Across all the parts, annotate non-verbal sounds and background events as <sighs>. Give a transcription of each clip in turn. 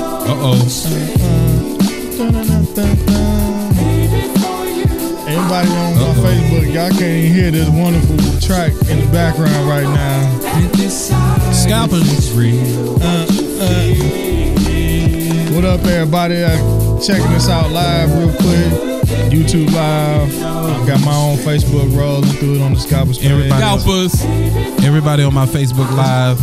Uh-oh. Everybody on my Facebook, y'all can't even hear this wonderful track in the background right now. Scalpers. What up, everybody? That's checking us out live real quick. YouTube live. Got my own Facebook rolling through it on the Scalpers page. Everybody. Scalpers. Everybody on my Facebook Live.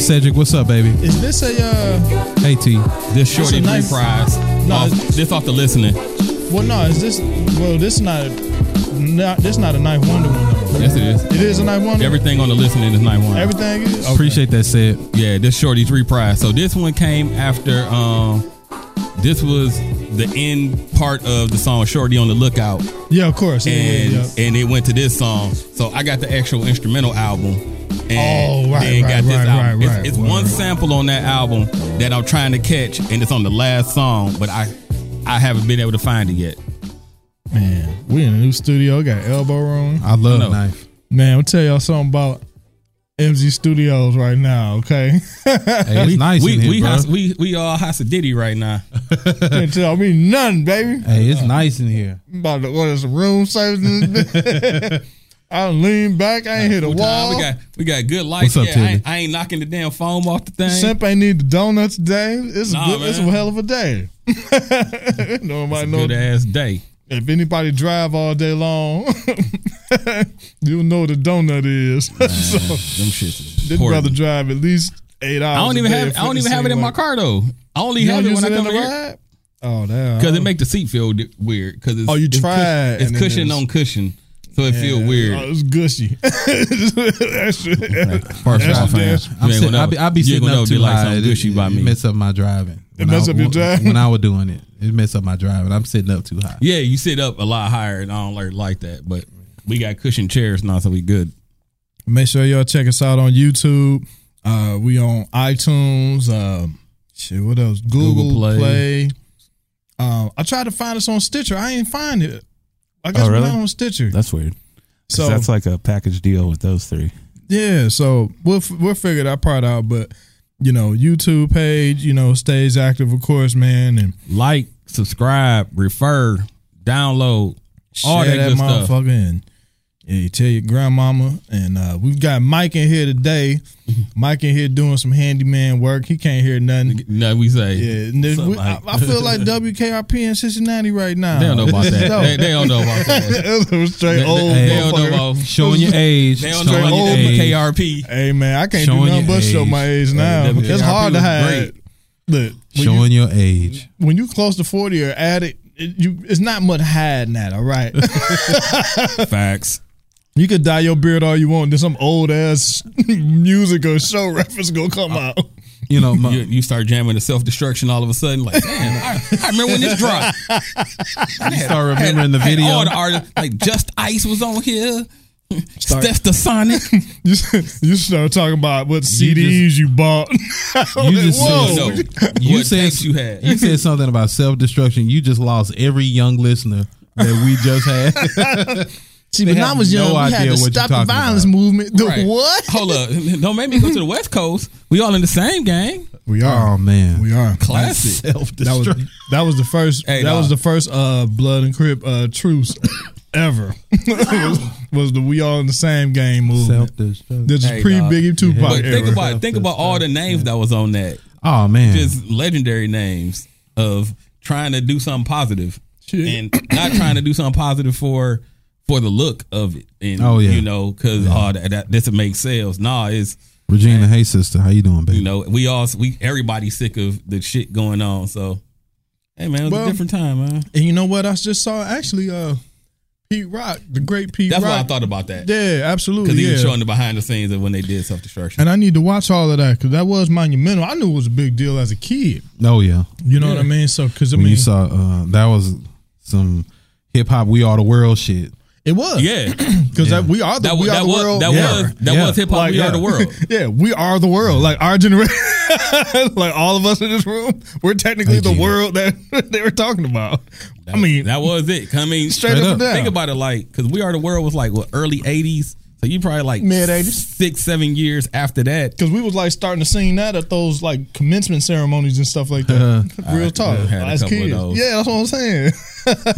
Cedric, what's up, baby? Is this a uh? Hey, T. This shorty That's a nice- free prize. No, Off- it's- this off the listening. Well, no. Is this? Well, this not. Not this not a knife wonder one. Though. Yes, it is. It is a knife wonder. Everything on the listening is night one. Everything is. Okay. Appreciate that, Sid. yeah, this shorty free prize. So this one came after. Um, this was the end part of the song "Shorty on the Lookout," Yeah, of course. Yeah, and yeah, yeah. and it went to this song. So I got the actual instrumental album. And Oh, right, then right, got this right, album. right, It's- right, it's right, one right. sample on that album that I'm trying to catch, and it's on the last song, but I I haven't been able to find it yet. Man, we in a new studio. Got elbow room. I love No. knife. <laughs> Man, I'll tell y'all something about MZ Studios right now. Okay, <laughs> Hey, it's nice we in here, we, bro. hos- we we all House of Diddy right <laughs> now. can't tell me nothing, baby. hey, it's nice in here. I'm about to order some room service. <laughs> <laughs> in this bitch. I done lean back. I ain't hit a Nah, wall. we got we got good lights. What's up, yeah, I, Tilly? ain't, I ain't knocking the damn foam off the thing. Simp ain't need the donuts today. It's Nah, a good, it's a man. hell of a day. <laughs> Nobody knows. Good ass day. If anybody drive all day long, <laughs> you know what a donut is. <laughs> so, Them shits. is this important. brother drive at least eight hours. I don't a even day have if I don't even have it in seem my like- car though. I only You have don't it use when I it in come the here ride? Oh damn! because it make the seat feel di- weird. Because Oh, you it's cush- tried and it's it cushion is- on cushion, so it feel Oh, weird. it's gushy. <laughs> That's- First That's off, the man, best- I'm You ain't sitting, gonna I be, I be know. You ain't sitting gonna know up too if you like high. something It- gushy by it me. mess up my driving. It mess up your driving? When I was doing it, it mess up my driving. I'm sitting up too high. Yeah, you sit up a lot higher, and I don't like like that. But we got cushion chairs now, so we good. Make sure y'all check us out on YouTube. Uh, we on iTunes. Um, shit, what else? Google, Google Play. Play. Um, I tried to find us on Stitcher. I ain't find it. I guess Oh, really? we're not on Stitcher. That's weird. So So- that's like a package deal with those three. Yeah, so we'll we'll figure that part out. But you know, YouTube page, you know, stays active, of course, man, and Like, subscribe, refer, download, all share that, good motherfucker. stuff. And yeah, you tell your grandmama. And uh, we've got Mike in <laughs> here today. Mike in here doing some handyman work. He can't hear nothing. No, we say. Yeah, and this- we- I, Mike? I feel like WKRP in Cincinnati right now. They <laughs> don't know about This <laughs> is that. dope. They, they don't know about <laughs> that. It was straight They- old. they don't know motherfucker. about Showing your age. They don't showing know your old age. KRP. Hey man, I can't do Showing nothing your but show age. my age now. WKRP it's hard to was hide. great. Look, when you- Showing your age. when you close to 40 or at it, it you, it's not much hiding that, <laughs> all right? Facts. you could dye your beard all you want, then some old ass <laughs> music or show reference gonna come out. <laughs> You know, my, You, you start jamming the self destruction all of a sudden. Like, damn, I, I remember when this <laughs> dropped. you start remembering the video. All the artists, like Just Ice was on here. Start- Steph the <laughs> Sonic. You, s- you start talking about what CDs you bought. You just Whoa. said, No, Oh. you what said takes you had. <laughs> You said something about self destruction. You just lost every young listener that we just had. See, when I was young, we had the Stop the Violence movement. Right. Hold up. Don't make me go to the West Coast. We all in the same gang. We are. oh man, <laughs> We are. Classic. self That was destruction. that was the first Hey, that dog. was the first uh blood and crip uh truce <coughs> ever. <laughs> was, was the we all in the same game movement. Self destruction. This Hey, is pre Biggie Tupac But think era. about think about all the names that was on that. Oh man, Just legendary names of trying to do something positive Shit. and not trying to do something positive for for the look of it. And Oh, yeah. you know, because oh that, that this will make sales. Nah, it's Regina. Hey sister, how you doing, you baby? know we all we everybody sick of the shit going on. So hey man, it was Well, a different time, man. And you know what? I just saw actually uh Pete Rock, the great Pete That's Rock. why I thought about that Yeah, because absolutely. he was Yeah. showing the behind the scenes of when they did self destruction. And I need to watch all of that because that was monumental. I knew it was a big deal as a kid. Oh yeah. You know what I mean? So because I When mean you saw uh, that was some hip hop, we all the world shit. it was <clears throat> Yeah, because we are the that was we are that the was world. that Yeah. was that Yeah. was hip hop. Like, we yeah. are the world. <laughs> yeah, we are the world. Like our generation, <laughs> like all of us in this room, we're technically Thank the you. world that <laughs> they were talking about. I mean, that was it. I mean, straight, Straight up, up. and down. think about it, like because we are the world was like what early eighties. So you probably like Mid-eighties. six, seven years after that. Because we was like starting to sing that at those like commencement ceremonies and stuff like that. Real talk. Uh-huh. I had a As couple of kids. those. Yeah, that's what I'm saying.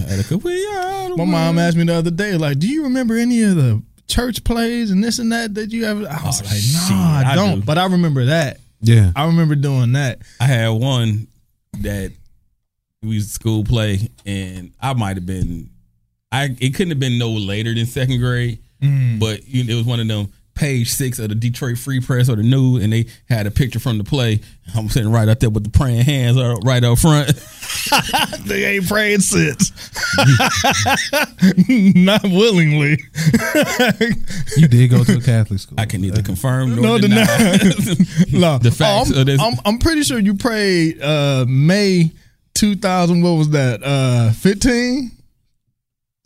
<laughs> My mom asked me the other day, like, do you remember any of the church plays and this and that that you ever? I was Oh, like, nah, shit, I I don't. do. But I remember that. Yeah. I remember <laughs> doing that. I had one that we was school play, and I might have been, I it couldn't have been no later than second grade, Mm. but you know, it was one of them page six of the Detroit Free Press or the New, and they had a picture from the play. I'm sitting right up there with the praying hands uh, right up front. They ain't prayed since. <laughs> Not willingly. <laughs> You did go to a Catholic school. I can neither confirm nor No, deny. deny. <laughs> no. The facts Oh, of I'm, this- I'm, I'm pretty sure you prayed uh, May 2000. What was that? Uh, 15?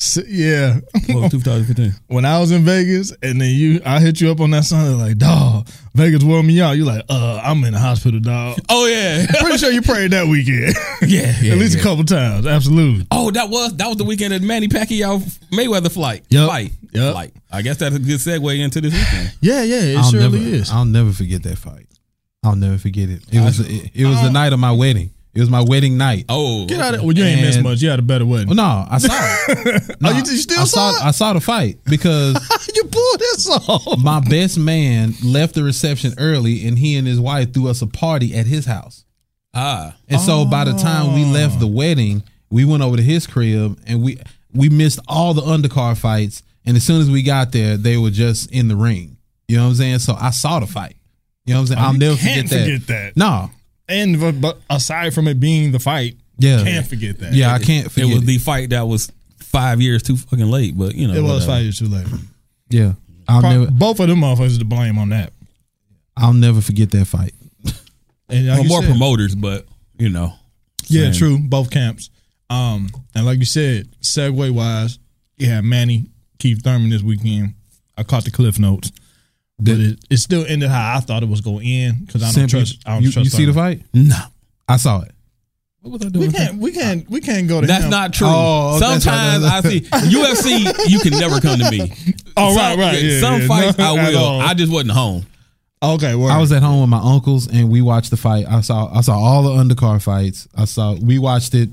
S- yeah. <laughs> Well, 2015. when I was in Vegas, and then you, I hit you up on that Sunday, like, dog, Vegas wore me out. You like, uh, I'm in the hospital, <laughs> dog. Oh yeah, <laughs> Pretty sure you prayed that weekend, <laughs> yeah, yeah, at least yeah. a couple times. Absolutely. Oh, that was that was the weekend of Manny Pacquiao Mayweather flight. Yep. Fight. Yep. Fight. I guess that's a good segue into this weekend. Yeah, yeah, it I'll surely never, is. I'll never forget that fight. I'll never forget it. It was it, it was the night of my wedding. It was my wedding night. Oh, Get out of. Well, you ain't missed And- much. You had a better Well, wedding. no, I saw it. Oh, you- you still I saw it? I saw the fight because <laughs> you pulled this off. my best man left the reception early, and he and his wife threw us a party at his house. ah, And so by the time we left the wedding, we went over to his crib, and we we missed all the undercard fights. And as soon as we got there, they were just in the ring. You know what I'm saying? So I saw the fight. You know what I'm saying? I'll Oh, you never can't forget that. forget that. No. And but, but aside from it being the fight, Yeah. can't forget that. Yeah, I can't it forget. was the fight that was five years too fucking late. But you know, it was whatever. five years too late. Yeah, I'll Pro- never, both of them motherfuckers to blame on that. I'll never forget that fight. And like Well, you more said- promoters, but you know, Same. Yeah, true. Both camps. Um, and like you said, segue wise, you had Manny Keith Thurman this weekend. I caught the cliff notes, but it, it still ended how I thought it was going to end because I don't Simply- trust. I don't you, trust you see the Thurman. fight? no. I saw it. What was I We doing? can't. We can't. We can't go to. That's him. not true. Oh, that's right, Sometimes that's- I see <laughs> UFC. You can never come to me. Oh, some, right, right, yeah, some yeah, fights no, I at will. all. I just wasn't home. Okay, word. I was at home with my uncles and we watched the fight. I saw I saw all the undercard fights. I saw we watched it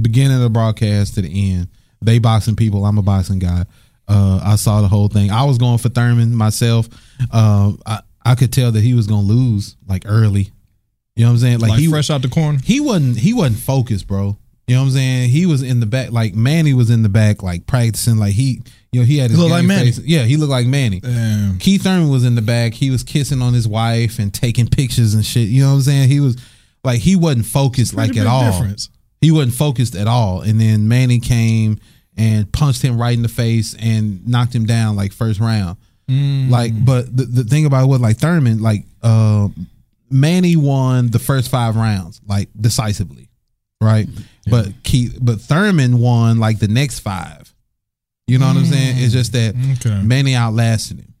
beginning of the broadcast to the end. They boxing people. I'm a boxing guy. Uh, I saw the whole thing. I was going for Thurman myself. Um, I I could tell that he was gonna lose like early. You know what I'm saying? Like, like, he fresh out the corner. he wasn't he wasn't focused, bro. You know what I'm saying? He was in the back, like Manny was in the back, like practicing, like he, you know, he had his Looked like game Manny. face. Yeah, he looked like Manny. Damn. Keith Thurman was in the back. He was kissing on his wife and taking pictures and shit. You know what I'm saying? He was like he wasn't focused like Pretty at big all. difference. He wasn't focused at all. And then Manny came and punched him right in the face and knocked him down like first round. Mm. Mm-hmm. Like, but the, the thing about it was like Thurman, like uh, Manny won the first five rounds, like decisively. Right? But Keith but Thurman won like the next five. You know what I'm saying? It's just that Okay. Manny outlasted him.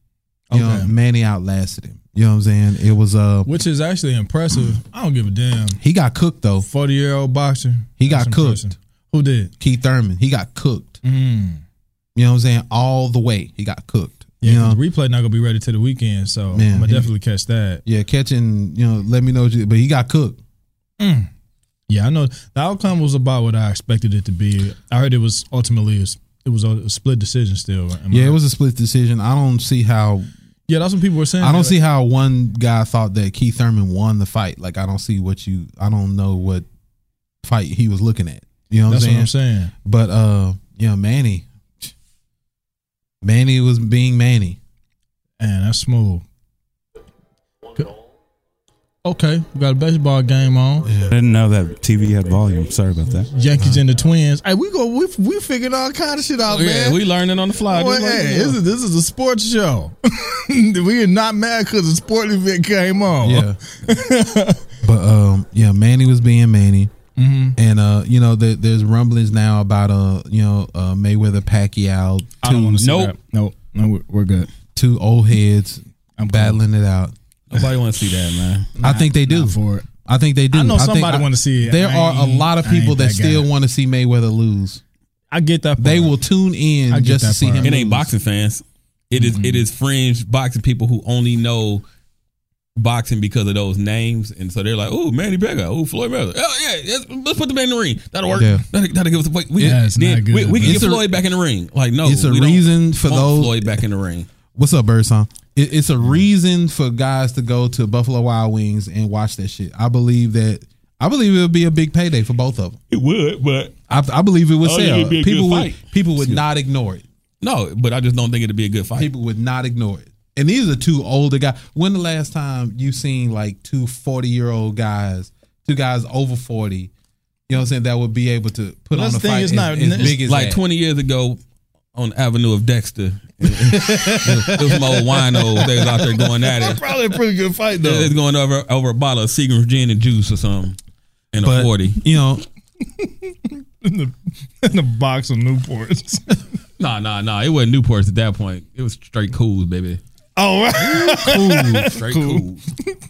You know, Okay. Manny outlasted him. You know what I'm saying? It was uh Which is actually impressive. I don't give a damn. he got cooked though. Forty year old boxer. He got That's cooked. impressive. Who did? Keith Thurman, he got cooked. Mm. You know what I'm saying? All the way, he got cooked. Yeah, you 'cause know, the replay not gonna be ready to the weekend, so Man, I'm gonna he- definitely catch that. yeah, catching. You know, let me know. What you, but he got cooked. Yeah, I know the outcome was about what I expected it to be. I heard it was ultimately a, it was a, a split decision still. am I Yeah, it right? was a split decision. I don't see how. yeah, that's what people were saying. I don't Like, see how one guy thought that Keith Thurman won the fight. Like, I don't see what you. I don't know what fight he was looking at. You know what I'm that's saying? what I'm saying. But uh, you know, Manny. Manny was being Manny. And that's smooth. Okay, we got a baseball game on. I didn't know that TV had volume. Sorry about that. Yankees and the Twins. Hey, we go. We, we figured all kind of shit Oh, out, Yeah, man. we learning on the fly. Boy, just like, hey, you know. this, is, this is a sports show. <laughs> we are not mad because the sport event came on. Yeah. <laughs> but um, yeah, Manny was being Manny, Mm-hmm. and uh, you know, there, there's rumblings now about uh, you know, uh, Mayweather Pacquiao, I don't want to see Nope. that. Nope. No, we're, we're good. two old heads battling it out. Nobody want to see that, man. I think they do. Not for it. I think they do. I know think- somebody wanna see it. There I ain't- are a lot of I ain't people that that, guy. still want to see Mayweather lose. I get that. Part. They will tune in I get just to that see part. him. It ain't lose. boxing fans. It is- Mm-hmm. it is fringe boxing people who only know boxing because of those names, and so they're like, "Oh, Manny Pacquiao, oh Floyd Mayweather, oh yeah, let's, let's put the man in the ring. That'll work. Yeah. That'll, that'll give us a fight. We, Yeah, it's then not good, we, we can man. get It's a- Floyd back in the ring. Like no, it's a we don't reason for want those- Floyd back in the ring. What's up, Birdsong? It, it's a reason for guys to go to Buffalo Wild Wings and watch that shit. I believe that. I believe it'll be a big payday for both of them. It would, but I, I believe it would Oh, yeah, sell. it'd be a people good would fight. people would not ignore it. no, but I just don't think it'd be a good fight. People would not ignore it. And these are two older guys. When the last time you seen like two 40 year old guys, two guys over 40, you know what I'm saying, that would be able to put Well, on that's a the thing, fight it's as, not- as it's big as like that. 20 years ago on the Avenue of Dexter. <laughs> it was some old winos. They was out there going at it. Probably a pretty good fight They though. was going over over a bottle of Seagram's gin and juice or something. And But, a 40. You know, in, the, in the box of Newports. Nah, nah, nah. It wasn't Newports at that point. It was straight cools, baby. <laughs> oh, <laughs> Straight Cool. cools.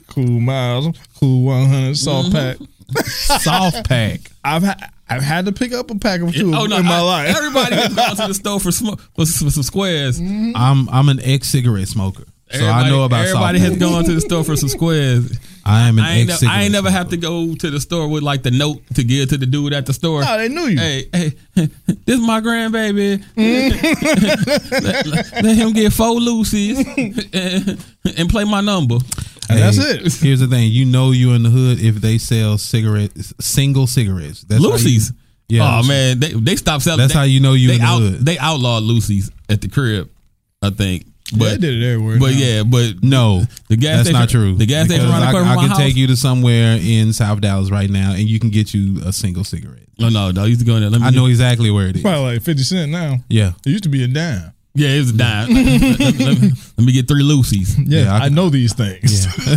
cool miles, cool one hundred Mm-hmm. soft pack. <laughs> soft pack. I've ha- I've had to pick up a pack of two Oh, no. in my I- life. <laughs> Everybody was going to the store for, sm- for, s- for some squares. I'm I'm an ex cigarette smoker. So I Everybody- know about Everybody soft has pack. gone to the store for some squares. I am an I ain't, ex ne- cigarette. I ain't never have to go to the store with like the note to give to the dude at the store. No, they knew you. hey, hey, <laughs> this is my <laughs> grandbaby. let, let- let him get four Lucy's <laughs> and, and play my number. And that's it. Here's the thing: you know you in the hood if they sell cigarettes, single cigarettes. That's how you- Lucy's. yeah. Oh man, they they stopped selling. That's they, how you know you they in the out, hood. They outlawed Lucy's at the crib, I think. But they But did it everywhere. but now. yeah, but No, The gas That's station- not true. the gas station Because right I, across I from can my take house. you to somewhere in South Dallas right now, and you can get you a single cigarette. no, Oh, no, no. I used to go in there. Let me I know exactly where it is. probably like fifty cent now. Yeah, It used to be a dime. Yeah, it was a dime. <laughs> let, let- let me, let me get three <laughs> Lucy's Yeah, Yeah, I- I, know these things. from,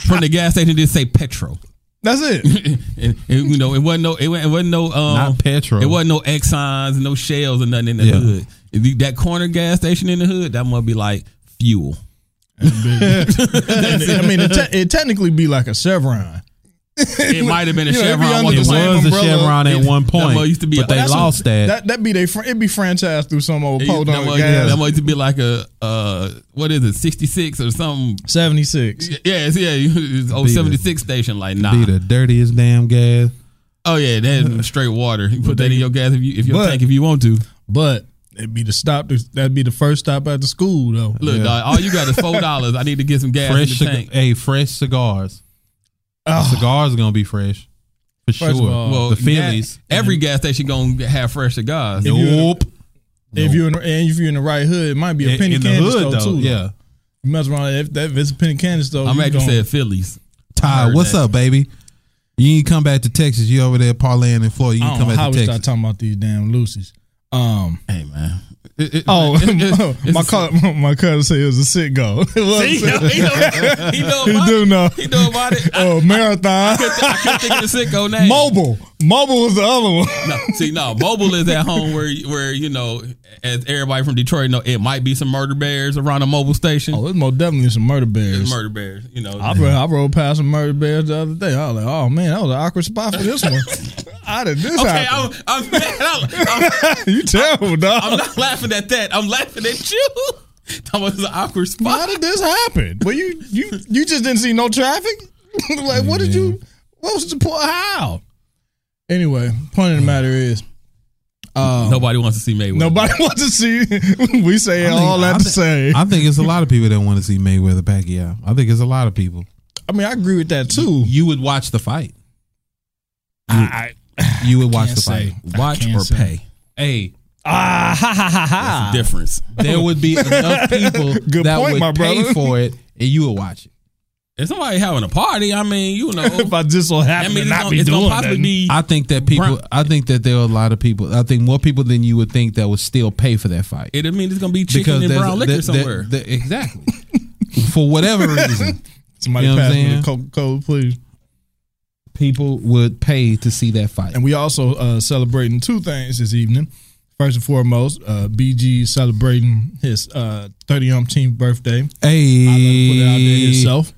from the gas station. It did say petrol. <laughs> That's <laughs> it. and, and, you know, it wasn't no, it wasn't, it wasn't no, um, not petrol. It wasn't no Exxons and no shells and nothing in the Yeah. hood. If you- That corner gas station in the hood, that must be like fuel. <laughs> I mean, it, te- it technically be like a Chevron. It might have been a You know, Chevron. it'd be under One point. the It was same a umbrella. Chevron at It- one that point, mo used to be a- but they that's what- lost that. That that be they fr- it be franchised through some old It- podunk That must- gas. that must be like a uh, what is it, sixty six or something? Seventy six. Yeah, it's, yeah, <laughs> it's old Be the- seventy six station. Like nah, Be the dirtiest damn gas. oh yeah, that's straight water. You put that in your gas if you if your But- tank if you want to. But it'd be the stop. That'd be the first stop at the school though. Look, Yeah. dog, all you got is four dollars. I need to get some gas Fresh, in the cig- tank. hey, <sighs> fresh cigars. Oh. Cigars gonna be fresh for First of sure. all, Well, the Phillies. gas- every gas station gonna have fresh cigars. If you- Nope. If you're in, and if you're in the right hood, it might be a penny in the candy store hood though. too. Yeah. you mess around. If, that, if it's a penny candy store, I'm you actually gonna- saying Phillies. I Ty, heard what's that. up, baby? You ain't come back to Texas. You over there parlaying in Florida. You I ain't don't come know how back we to start Texas. talking about these damn Lucy's. <laughs> Um. Hey man. It- it- <laughs> Oh, it- it- it's <laughs> my a- cousin, my cousin said it was a sitcom. <laughs> It was. See, he know, <laughs> he know, he know he about do it. <laughs> know. He know about it. I, Oh, marathon. I <laughs> can't think of the sicko name. Mobile. Mobile was the other one. <laughs> No, see, no, mobile is at home where where you know, as everybody from Detroit know, it might be some murder bears around a mobile station. <laughs> Oh, there's most definitely some murder bears. murder bears, you know. I, rode, I rode past some murder bears the other day. I was like, oh man, that was an awkward spot for <laughs> this one. How did this okay, happen? I'm, I'm, mad. I'm, <laughs> I'm, <laughs> you terrible, dog. I'm not laughing at that. I'm laughing at you. <laughs> That was an awkward How spot. did this happen? Well, you you you just didn't see no traffic. <laughs> like, what did you? What was the point? How? Anyway, point of the matter is, uh, Nobody wants to see Mayweather. nobody <laughs> wants to see. we say I think- all I that to think- say. I, I think it's a lot of people that want to see Mayweather Pacquiao. I think it's a lot of people. mean, I agree with that too. You would watch the fight. I, You would watch Can't the fight. say. Watch can't or say. pay. Hey, ah ha ha ha ha. Difference. there would be <laughs> enough people Good that point, would my pay brother. for it, and you would watch it. If somebody having a party, I mean, you know, <laughs> If I just so I happen mean, it's to not gonna, be it's doing gonna probably that, be. I think that people. Brown- I think that there are a lot of people. I think more people than you would think that would still pay for that fight It mean it's gonna be chicken and there's- brown liquor there- there- somewhere. there- exactly. For whatever reason, somebody You know what pass I'm me the saying? Coca Cola, please. people would pay to see that fight. And we also uh, celebrating two things this evening. First and foremost, uh, BG celebrating his uh, 30 umpteenth birthday. I let him put it out there Hey, himself.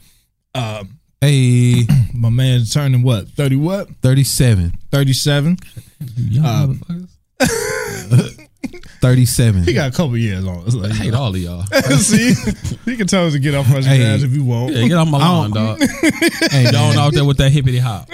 Uh, hey, my man turning what? 30 what? thirty-seven. 37. Young um, motherfuckers. 37. He got a couple years on. It's <laughs> like, I hate all of <laughs> y'all. See, he can tell us to get off our Hey. ass if you want. Yeah, get off my lawn, don't- dog. <laughs> hey, man. Going out there with that hippity hop.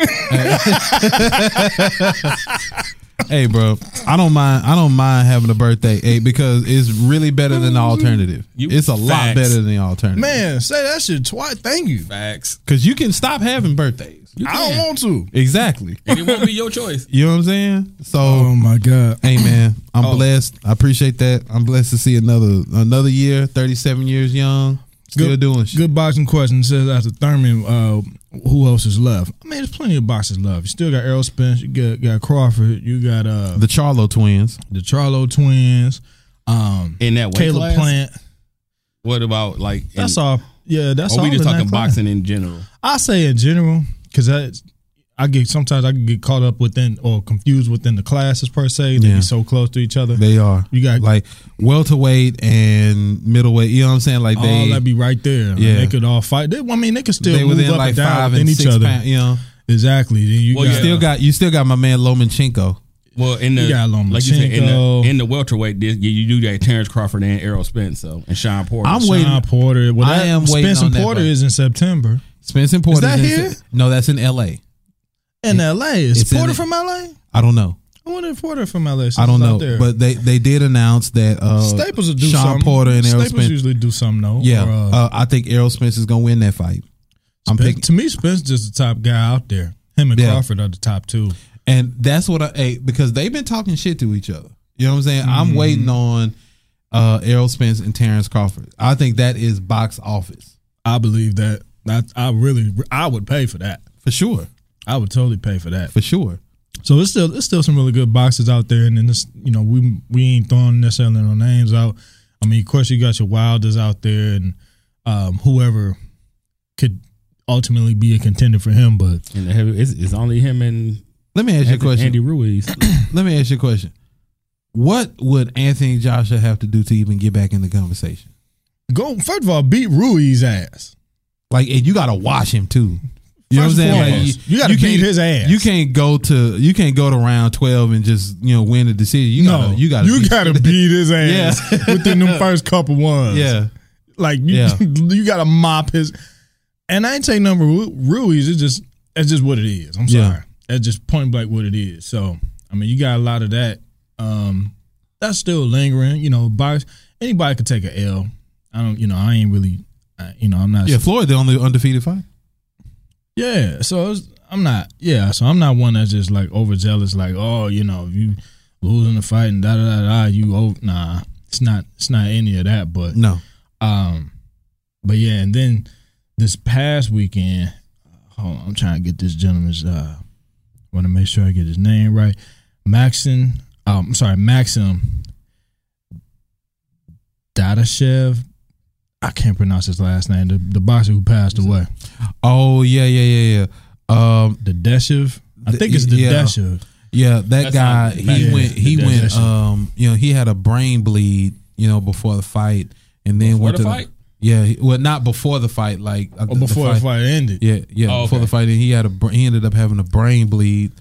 hey, bro, I don't mind. I don't mind having a birthday, hey, because it's really better than the alternative. You- it's a lot Facts. better than the alternative, Mm-hmm. Man, say that shit twice. Thank you. Facts. Because you can stop having birthdays. You I don't can. want to. Exactly. And it won't be your choice. You know what I'm saying? So, Oh my Oh. god. hey, man, I'm blessed. I appreciate that. I'm blessed to see another another year. 37 years young, still Good- doing shit. Good boxing question says after Thurman, uh, who else is left? I mean, there's plenty of boxers left. You still got Errol Spence. You got, got Crawford. You got uh, The Charlo twins. the Charlo twins. Um, <laughs> In that Caleb Plant. What about like? in- That's all. Yeah, that's Or Oh, we all. just in that talking class. boxing in general. I say in general because I, I get sometimes I can get caught up within or confused within the classes per se. They Yeah. be so close to each other. They are. You got- like welterweight and middleweight. You know what I'm saying? Like all they that be right there. Like, Yeah. they could all fight. They, I mean, they could still they move within up like and down five within and each six other. pound. You know, Exactly. Then you Well, got, Yeah. still got you still got my man Lomachenko. Well, in the You got Lomachenko. like you said in the, in the welterweight, this- you, you do got Terrence Crawford and Errol Spence, so and Sean Porter. I'm Sean waiting. Porter. Well, I that- am waiting Spence on and that Porter fight. is in September Spence and Porter. that in- here? No, that's in L.A. in L.A. Is It's in Porter it. from L.A.? I don't know. I wonder if Porter from L.A. I is out don't know. there. But they they did announce that uh, Staples will do Sean something. Porter and Errol Staples Spence. usually do something though. yeah, Or, uh, uh, I think Errol Spence is gonna win that fight. I'm Spence- picking, to me, Spence just the top guy out there. Him and Yeah. Crawford are the top two. and that's what I hey, because they've been talking shit to each other. You know what I'm saying? I'm Mm. waiting on uh, Errol Spence and Terrence Crawford. I think that is box office I believe that. I, I really, I would pay for that. for sure, I would totally pay for that. for sure. So it's still it's still some really good boxes out there, and then this you know we we ain't throwing necessarily no names out. I mean, of course you got your Wilders out there, and um, whoever could ultimately be a contender for him. But in the heavy, it's, it's only him and Let me ask you a Andy, question. Andy Ruiz. Let me ask you a question. What would Anthony Joshua have to do to even get back in the conversation? go first of all, beat Rui's ass. Like, and you gotta wash him too. You know what I'm First and saying? foremost, Like, you gotta can't- beat his ass. You can't go to you can't go to round twelve and just you know win the decision. You gotta, no, you gotta, you beat- <laughs> gotta beat his ass within them first couple ones. yeah. Like you, Yeah. <laughs> you got to mop his. And I ain't saying number Ru- Ruiz. It's just that's just what it is. I'm Yeah. sorry. That's just point blank what it is. So I mean, you got a lot of that. Um, that's still lingering. You know, by anybody could take a L. I don't. You know, I ain't really. I, you know, I'm not. Yeah, Floyd the only undefeated fight. Yeah, so it's, I'm not. Yeah, so I'm not one that's just like overzealous. Like, oh, you know, if you losing the fight and da da da da. You oh, nah. It's not. It's not any of that. But No. um, but yeah, and then this past weekend, hold on, I'm trying to get this gentleman's. uh Want to make sure I get his name right. Maxim, um, I'm sorry, Maxim Dadashev. I can't pronounce his last name. The, the boxer who passed away, Oh yeah, yeah, yeah, yeah. Um, the Deshev. I The- E, think it's the yeah. Deshev. yeah, that That's guy. not- He yeah, went. He that- went. that's- Um, you know, he had a brain bleed. You know, before the fight, and then Before went the to fight? yeah, he- well, not before the fight. Like uh, Or before the fight ended. Yeah, yeah. Oh, before okay. the fight, and he had a br- he ended up having a brain bleed,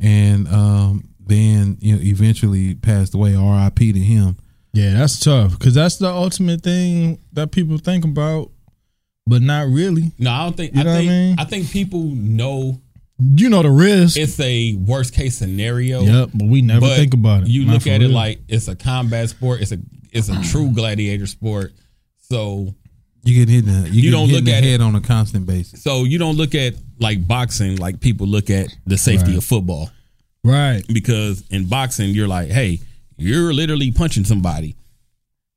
and um, then you know eventually passed away. R.I.P. to him. Yeah, that's tough because that's the ultimate thing that people think about, but not really. No, I don't think. You I know what I think. mean? I think people know You know the risk. it's a worst case scenario. Yep, but we never but think about it. You Not look for at it real. like it's a combat sport. It's a it's a true gladiator sport. So You get hit in the, you, get don't hit look in the at it- head on a constant basis. so you don't look at like boxing like people look at the safety of football. right, because in boxing you're like, hey, you're literally punching somebody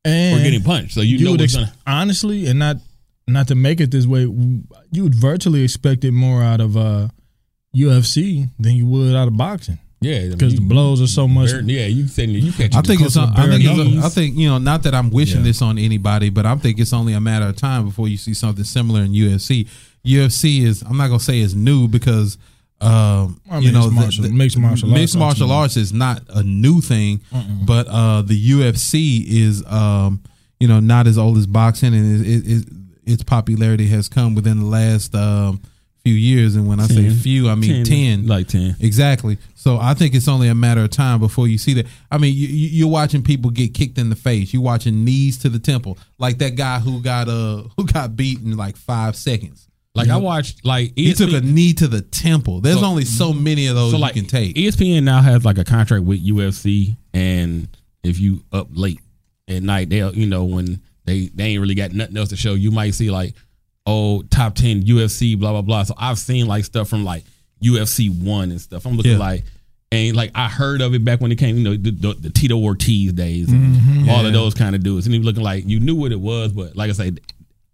and or getting punched, so you, you know would what's ex- gonna. honestly, and not not to make it this way, w- you would virtually expect it more out of uh, UFC than you would out of boxing Yeah, because the blows are so much. yeah, you sitting there, you catching. I think close it's. to the on- I bare think knuckles. it's. I think you know. Not that I'm wishing Yeah. this on anybody, but I think it's only a matter of time before you see something similar in UFC. UFC is. I'm not gonna say it's new because, um, I mean, you know, it's the- martial- the- mixed martial arts mixed martial ultimately. arts is not a new thing, but uh, the UFC is. Um, you know, not as old as boxing, and it, it, it, its popularity has come within the last um, few years, and when I say Ten. few, I mean ten. like ten. Exactly. So I think it's only a matter of time before you see that. I mean, you, you- you're watching people get kicked in the face. You're watching knees to the temple, like that guy who got uh who got beat in like five seconds. Like I watched, like He took a ESPN knee to the temple. There's So- only so many of those so like E you can take. ESPN now has like a contract with UFC, and if you up late at night, they'll you know when they they ain't really got nothing else to show, you might see like oh top ten UFC blah blah blah. So I've seen like stuff from like UFC one and stuff. I'm looking Yeah. like. And like I heard of it back when it came, you know, the, the, the Tito Ortiz days, and Mm-hmm. all of those kind of dudes, and he was looking like you knew what it was, but like I said,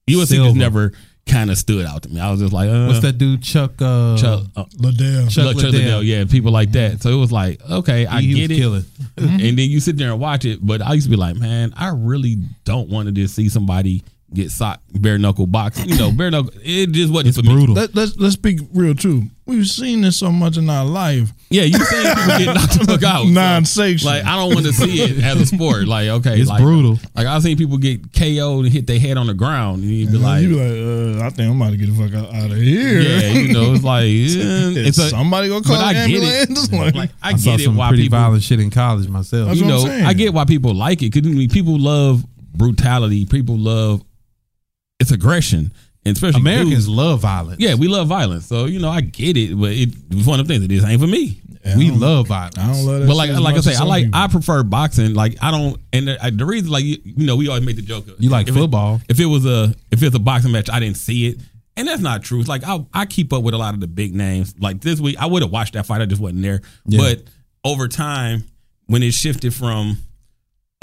UFC Silver. just never kind of stood out to me. I was just like, uh, What's that dude, Chuck? Uh, Chuck, uh, Liddell. Chuck Chuck Liddell. Liddell, yeah, people like that. So it was like, okay, I he get was it. killing. <laughs> And then you sit there and watch it, but I used to be like, man, I really don't want to just see somebody get socked bare knuckle boxing. You know, bare knuckle. It just wasn't for brutal. Let, let's let's be real too. We've seen this so much in our life. Yeah, you seen people get knocked the fuck out. so, Non-sanctioned. Like I don't want to see it as a sport. Like okay, It's like, brutal. Like I've seen people get KO'd and hit their head on the ground, and you'd be like, you be like, uh, I think I'm about to get the fuck out, out of here. yeah, you <laughs> know, it's like Is yeah, it's a, somebody gonna call but the I get it. ambulance? <laughs> like, Like I, I, saw get it some why pretty people violent shit in college myself. That's you what I'm know, saying. I get why people like it because people love brutality. People love it's aggression, and especially Americans dudes. love violence. Yeah, we love violence, so you know I get it. But it, it's one of the things that this ain't for me. Yeah, I we don't- love violence. I don't love that. But like, shit as like I much say, as I some like people. I prefer boxing. Like I don't, and the, I- the reason like you, you know we always make the joke. of- You like if it- football. if it was a if it's a boxing match, I didn't see it. And that's not true. It's like I, I keep up with a lot of the big names. Like this week, I would have watched that fight. I just wasn't there. But over time, when it shifted from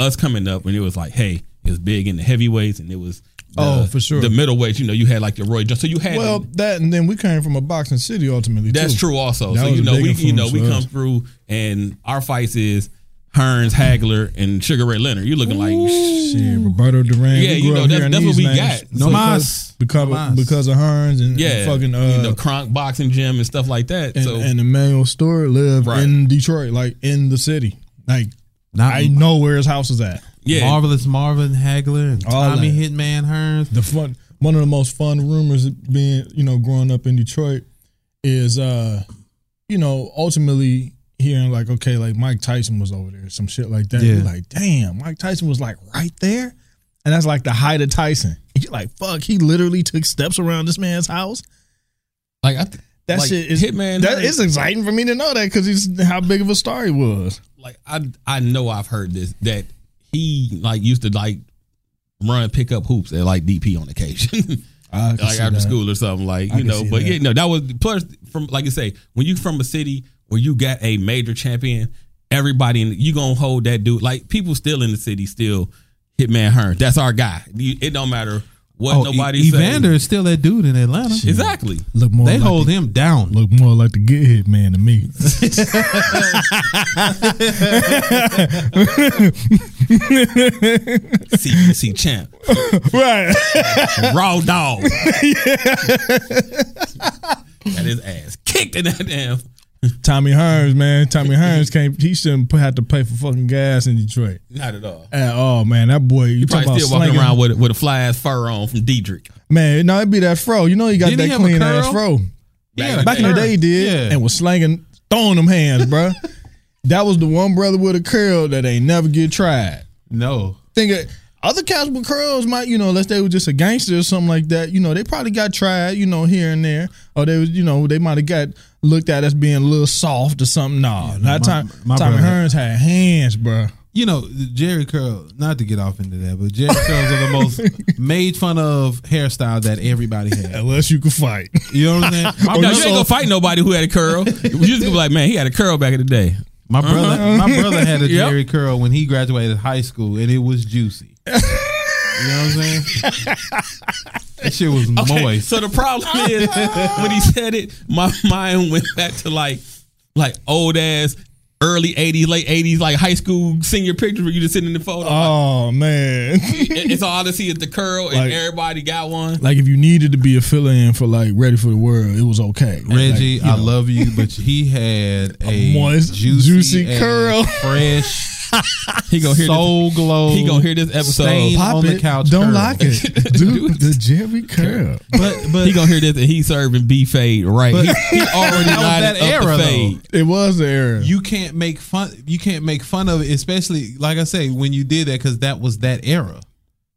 us coming up, when it was like, hey, it was big in the heavyweights, and it was the- Oh, for sure. the middleweights. You know, you had like the Roy Jones. So you had well that, and then we came from a boxing city ultimately. that's too. true also. That so was you a know big we you know influence we for come us. through and our fights is Hearns, Hagler, and Sugar Ray Leonard. You're looking like Shit, Roberto Duran. Yeah, we you grew know, up that's- hearing that's what these we names. got. So No because, mas. because, No mas. because of Hearns and, yeah, and fucking uh, you know Kronk boxing gym and stuff like that. and, so and Emmanuel Stewart lived Right. in Detroit, like in the city. Like Not I know where his house is at. yeah, Marvelous Marvin Hagler and All Tommy that. Hitman Hearns. The fun, one of the most fun rumors being, you know, growing up in Detroit is, uh, you know, ultimately hearing like, okay, like Mike Tyson was over there, some shit like that. Yeah. You're like, damn, Mike Tyson was like right there, and that's like the height of Tyson. And You're like, fuck, he literally took steps around this man's house. like I th- That like, shit is Hitman. That is exciting for me to know that because he's how big of a star he was. like I I know I've heard this that he like used to like run pick up hoops at like DP on occasion. <laughs> I can like see after that. school or something like I you can know see but that. yeah no that was plus from like you say when you from a city where you got a major champion everybody in, you gonna hold that dude like people still in the city still hitman hearn that's our guy You- it don't matter what Oh, nobody E- say. Evander is still that dude in Atlanta. exactly Look more They like hold him down. look more like the get hit man to me. see see champ right. raw <laughs> dog got his ass kicked in that damn Tommy Hearns, man. Tommy Hearns can't he shouldn't have to pay for fucking gas in Detroit. not at all At all, man. That boy, you talking probably about still walking slinging. around with with a fly ass fur on from Diedrich Man, no, it'd be that fro. You know he got Didn't he that have a clean ass curl? fro. Back in the day he did Yeah. and was slanging, throwing them hands, <laughs> bruh. that was the one brother with a curl that ain't never get tried. No. think of other cats with curls might, you know, unless they were just a gangster or something like that, you know, they probably got tried, you know, here and there, or they was, you know, they might have got looked at as being a little soft or something. Nah, that my- time, my Tommy brother- Hearns had hands, bro. You know, Jerry Curl, not to get off into that, but Jerry Curls are the most made fun of hairstyle that everybody had. Unless you could fight, <laughs> You know what I'm saying? My, Oh, No, Oh, brother- you ain't gonna fight nobody who had a curl. You just gonna be like, man, he had a curl back in the day. my brother my brother had a Yep. Jerry Curl when he graduated high school and it was juicy. You know what I'm saying? That shit was moist. So the problem is <laughs> when he said it, my mind went back to like, like old ass early '80s, late '80s, like high school senior pictures where you just sitting in the photo. oh man, <laughs> It- it's all I see is the curl, and Like- everybody got one. like if you needed to be a fill in for like Ready for the World, it was okay. Like, Reggie, you know, I love you, but he had a, moist, juicy, juicy ass, curl. fresh He gonna hear Soul glow. Oh, this, he gonna hear this episode. stain. Pop- on the couch Don't curl. like <laughs> it. Do the Jerry curl. but but he gonna hear this and he's serving B fade right. But- he, he already <laughs> That was lined that up era, the though. fade. It was the era. you can't make fun. You can't make fun of it, especially like I say when you did that because that was that era.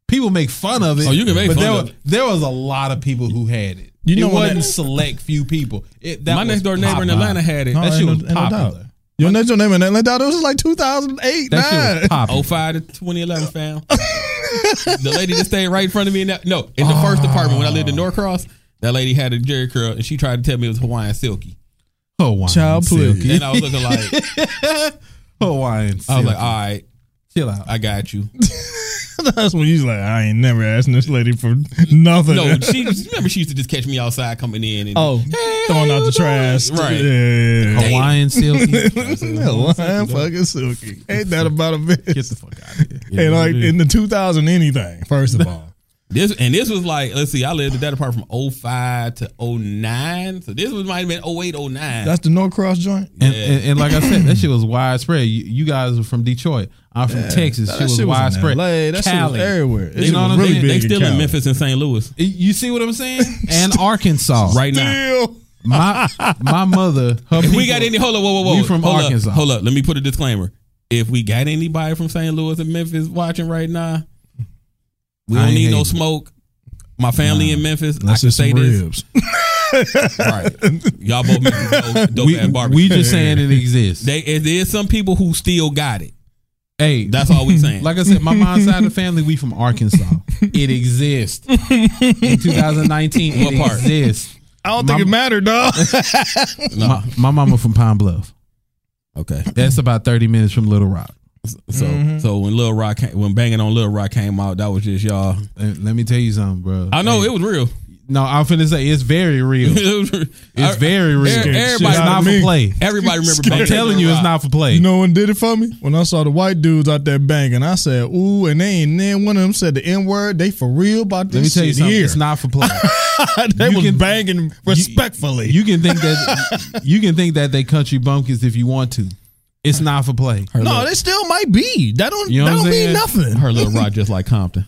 People make fun of it. Oh, you can make but fun there of was, it. There was a lot of people who had it. You You know, know it when wasn't that- select few people. It, that My was next door neighbor in popular. Atlanta had it. That Oh, ain't shit no- was ain't no doubt. popular. Your next door neighbor, and that was like 2008, That <laughs> shit nine. was popular. 05 to 2011 <laughs> fam. the lady that stayed right in front of me in that no in the first apartment when I lived in Norcross. That lady had a jerry curl and she tried to tell me it was Hawaiian silky, Hawaiian Child silk. play. <laughs> and Oh, I was looking like Hawaiian. I was silk. <laughs> like, all right, chill out. I got you. <laughs> That's when you was like, I ain't never asking this lady for nothing. No, she remember she used to just catch me outside coming in and oh, <laughs> throwing out the <laughs> trash. Right. Yeah. Hawaiian <laughs> silky. Hawaiian fucking silky. Ain't that about a bitch? <laughs> Get the fuck out of here. and like in the 2000 anything, first of all. This and this was like, let's see, I lived at that apartment from 05 to 09. So this was might have been 08, 09. That's the Norcross joint? And, and, and like I said, that shit was widespread. You, you guys are from Detroit. I'm from Texas. Shit That was shit was in widespread. LA. That shit was Cali. everywhere. It You know was what I'm really saying? big they still Cali. in Memphis and St. Louis You see what I'm saying? <laughs> And Arkansas. right now. Still. My my mother. Her If we people- got any, hold up, whoa, whoa, whoa. We from hold up, Arkansas. hold up, let me put a disclaimer. If we got anybody from St. Louis and Memphis watching right now, we I don't ain't need no hating. smoke. My family in Memphis, I That's can just say some this. ribs. Right. Y'all both make some <laughs> dope, dope we, ass barbecue. we just saying it exists. they, there's some people who still got it. hey, That's all <laughs> we saying. like I <laughs> said, my mom's side of the family, we from Arkansas. It exists. In 2019, it What part? exists. I don't think it My- mattered, <laughs> dog. No. My, my mama from Pine Bluff. okay. That's about 30 minutes from Little Rock. So Mm-hmm. so when Lil Rock came, when Banging on Lil Rock came out, that was just y'all. And let me tell you something, bro. I know it was real. No, I'm finna say it's very real. <laughs> It was real. It's I- very real. Scared It's everybody- not for me. play. Everybody remember. I'm I'm Banging telling on you, Lil it's Rock. not for play. You know when did it for me? When I saw the white dudes out there banging, I said, "Ooh!" And they and then one of them said the N word. They for real about Let me this tell you shit something. here. <laughs> It's not for play. they you was can- banging respectfully. you can <laughs> think that you can think that they country bumpkins if you want to. It's not for play. no, they still might be. That don't. You know that don't what I'm mean saying? nothing. Mm-hmm. Her Lil Rock just like Compton.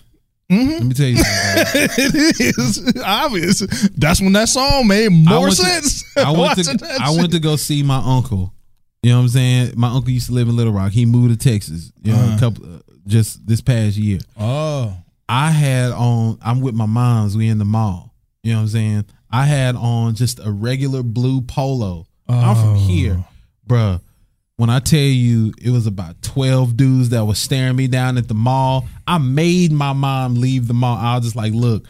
Let me tell you something. bro. <laughs> it is obvious. That's when that song made I more went to- sense. <laughs> I went Watching to that I shit. went to go see my uncle. You know what I'm saying? My uncle used to live in Little Rock. He moved to Texas. You know, Uh-huh. a couple uh, just this past year. Oh, I had on. I'm with my mom's. We in the mall. You know what I'm saying? I had on just a regular blue polo. I'm from here, bruh. When I tell you it was about 12 dudes that was staring me down at the mall, I made my mom leave the mall. I was just like, look,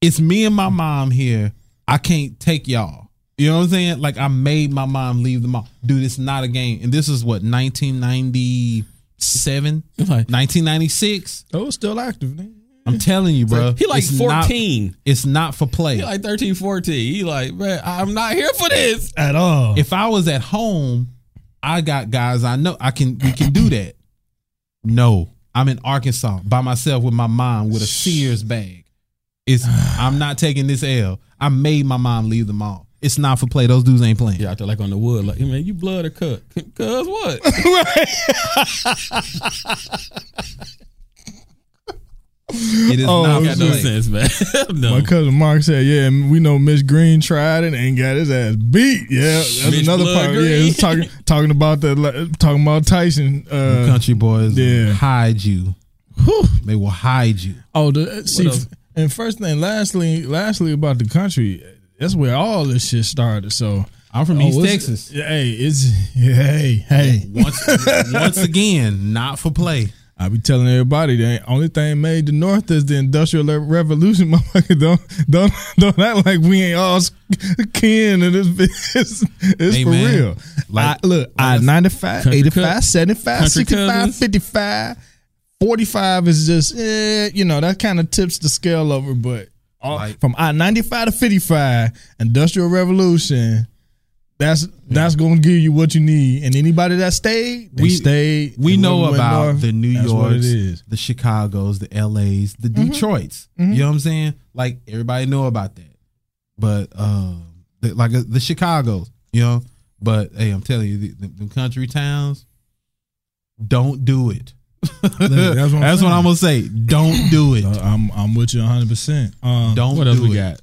it's me and my mom here. I can't take y'all. You know what I'm saying? Like I made my mom leave the mall. Dude, it's not a game. And this is what 1997, Like, 1996. that was Oh, still active. nigga. I'm telling you, bro. he like it's Not, 14. it's not for play. he like 13, 14. He like, man, I'm not here for this. At all. if I was at home, I got guys I know I can we can do that. No, I'm in Arkansas by myself with my mom with a Sears bag. It's I'm not taking this L. I made my mom leave the mall. It's not for play. Those dudes ain't playing. Yeah, out there like on the wood, like, man, you blood or <laughs> cut? Cuz what? It is Oh, not it's for no play. sense, man. <laughs> no. My cousin Mark said, "Yeah, we know Miss Green tried it and got his ass beat. Yeah, that's Miss another Blood part. Yeah, Green. <laughs> it's talking talking about that, talking about Tyson. Uh, Country boys Yeah. hide you. They will hide you. oh, the, see, else? and first thing, lastly, lastly about the country, that's where all this shit started. So I'm from Oh, East it's- Texas. Hey, it's <laughs> hey, hey. <laughs> Once <laughs> once again, not for play. I be telling everybody the only thing made the North is the Industrial Re- Revolution. <laughs> Motherfucker, don't don't don't act like we ain't all s- kin and it's it's, <laughs> it's Hey, for man. real. Like- I, look, I, like- 95, Country 85, cousins. 75, Country 65, cousins. 55, 45 is just eh, you know that kind of tips the scale over. But all, Like- from I ninety five to fifty five, Industrial Revolution. That's that's gonna give you what you need, and anybody that stayed, they We- stayed. we And know when we went about north, the New that's what Yorks, it is. the Chicago's, the LA's, the Detroits. You know what I'm saying? Like everybody know about that, but uh, the, like uh, the Chicago's, you know. But hey, I'm telling you, the, the, the country towns, don't do it. that's <laughs> that's what I'm what, saying. I'm gonna say. Don't do it. Uh, I'm I'm with you 100. percent um, Don't What do else we it. got?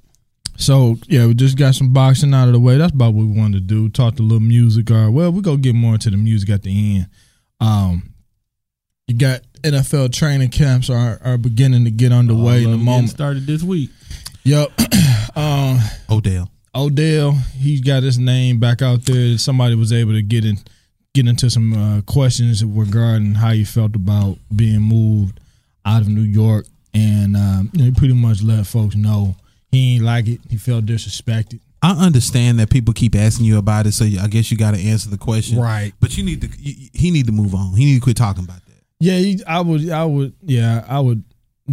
So yeah, we just got some boxing out of the way. That's about what we wanted to do. Talk a little music. Or well, we gonna get more into the music at the end. Um, you got NFL training camps are are beginning to get underway in the moment. started this week. Yep. <clears throat> um, Odell. Odell, he got his name back out there. Somebody was able to get in, get into some uh, questions regarding how you felt about being moved out of New York, and um, you know, he pretty much let folks know he ain't like it. He felt disrespected. I understand that people keep asking you about it, so you- I guess you got to answer the question, Right. But you need to. You, you- he need to move on. He need to quit talking about that. Yeah, he, I would, I would, yeah, I would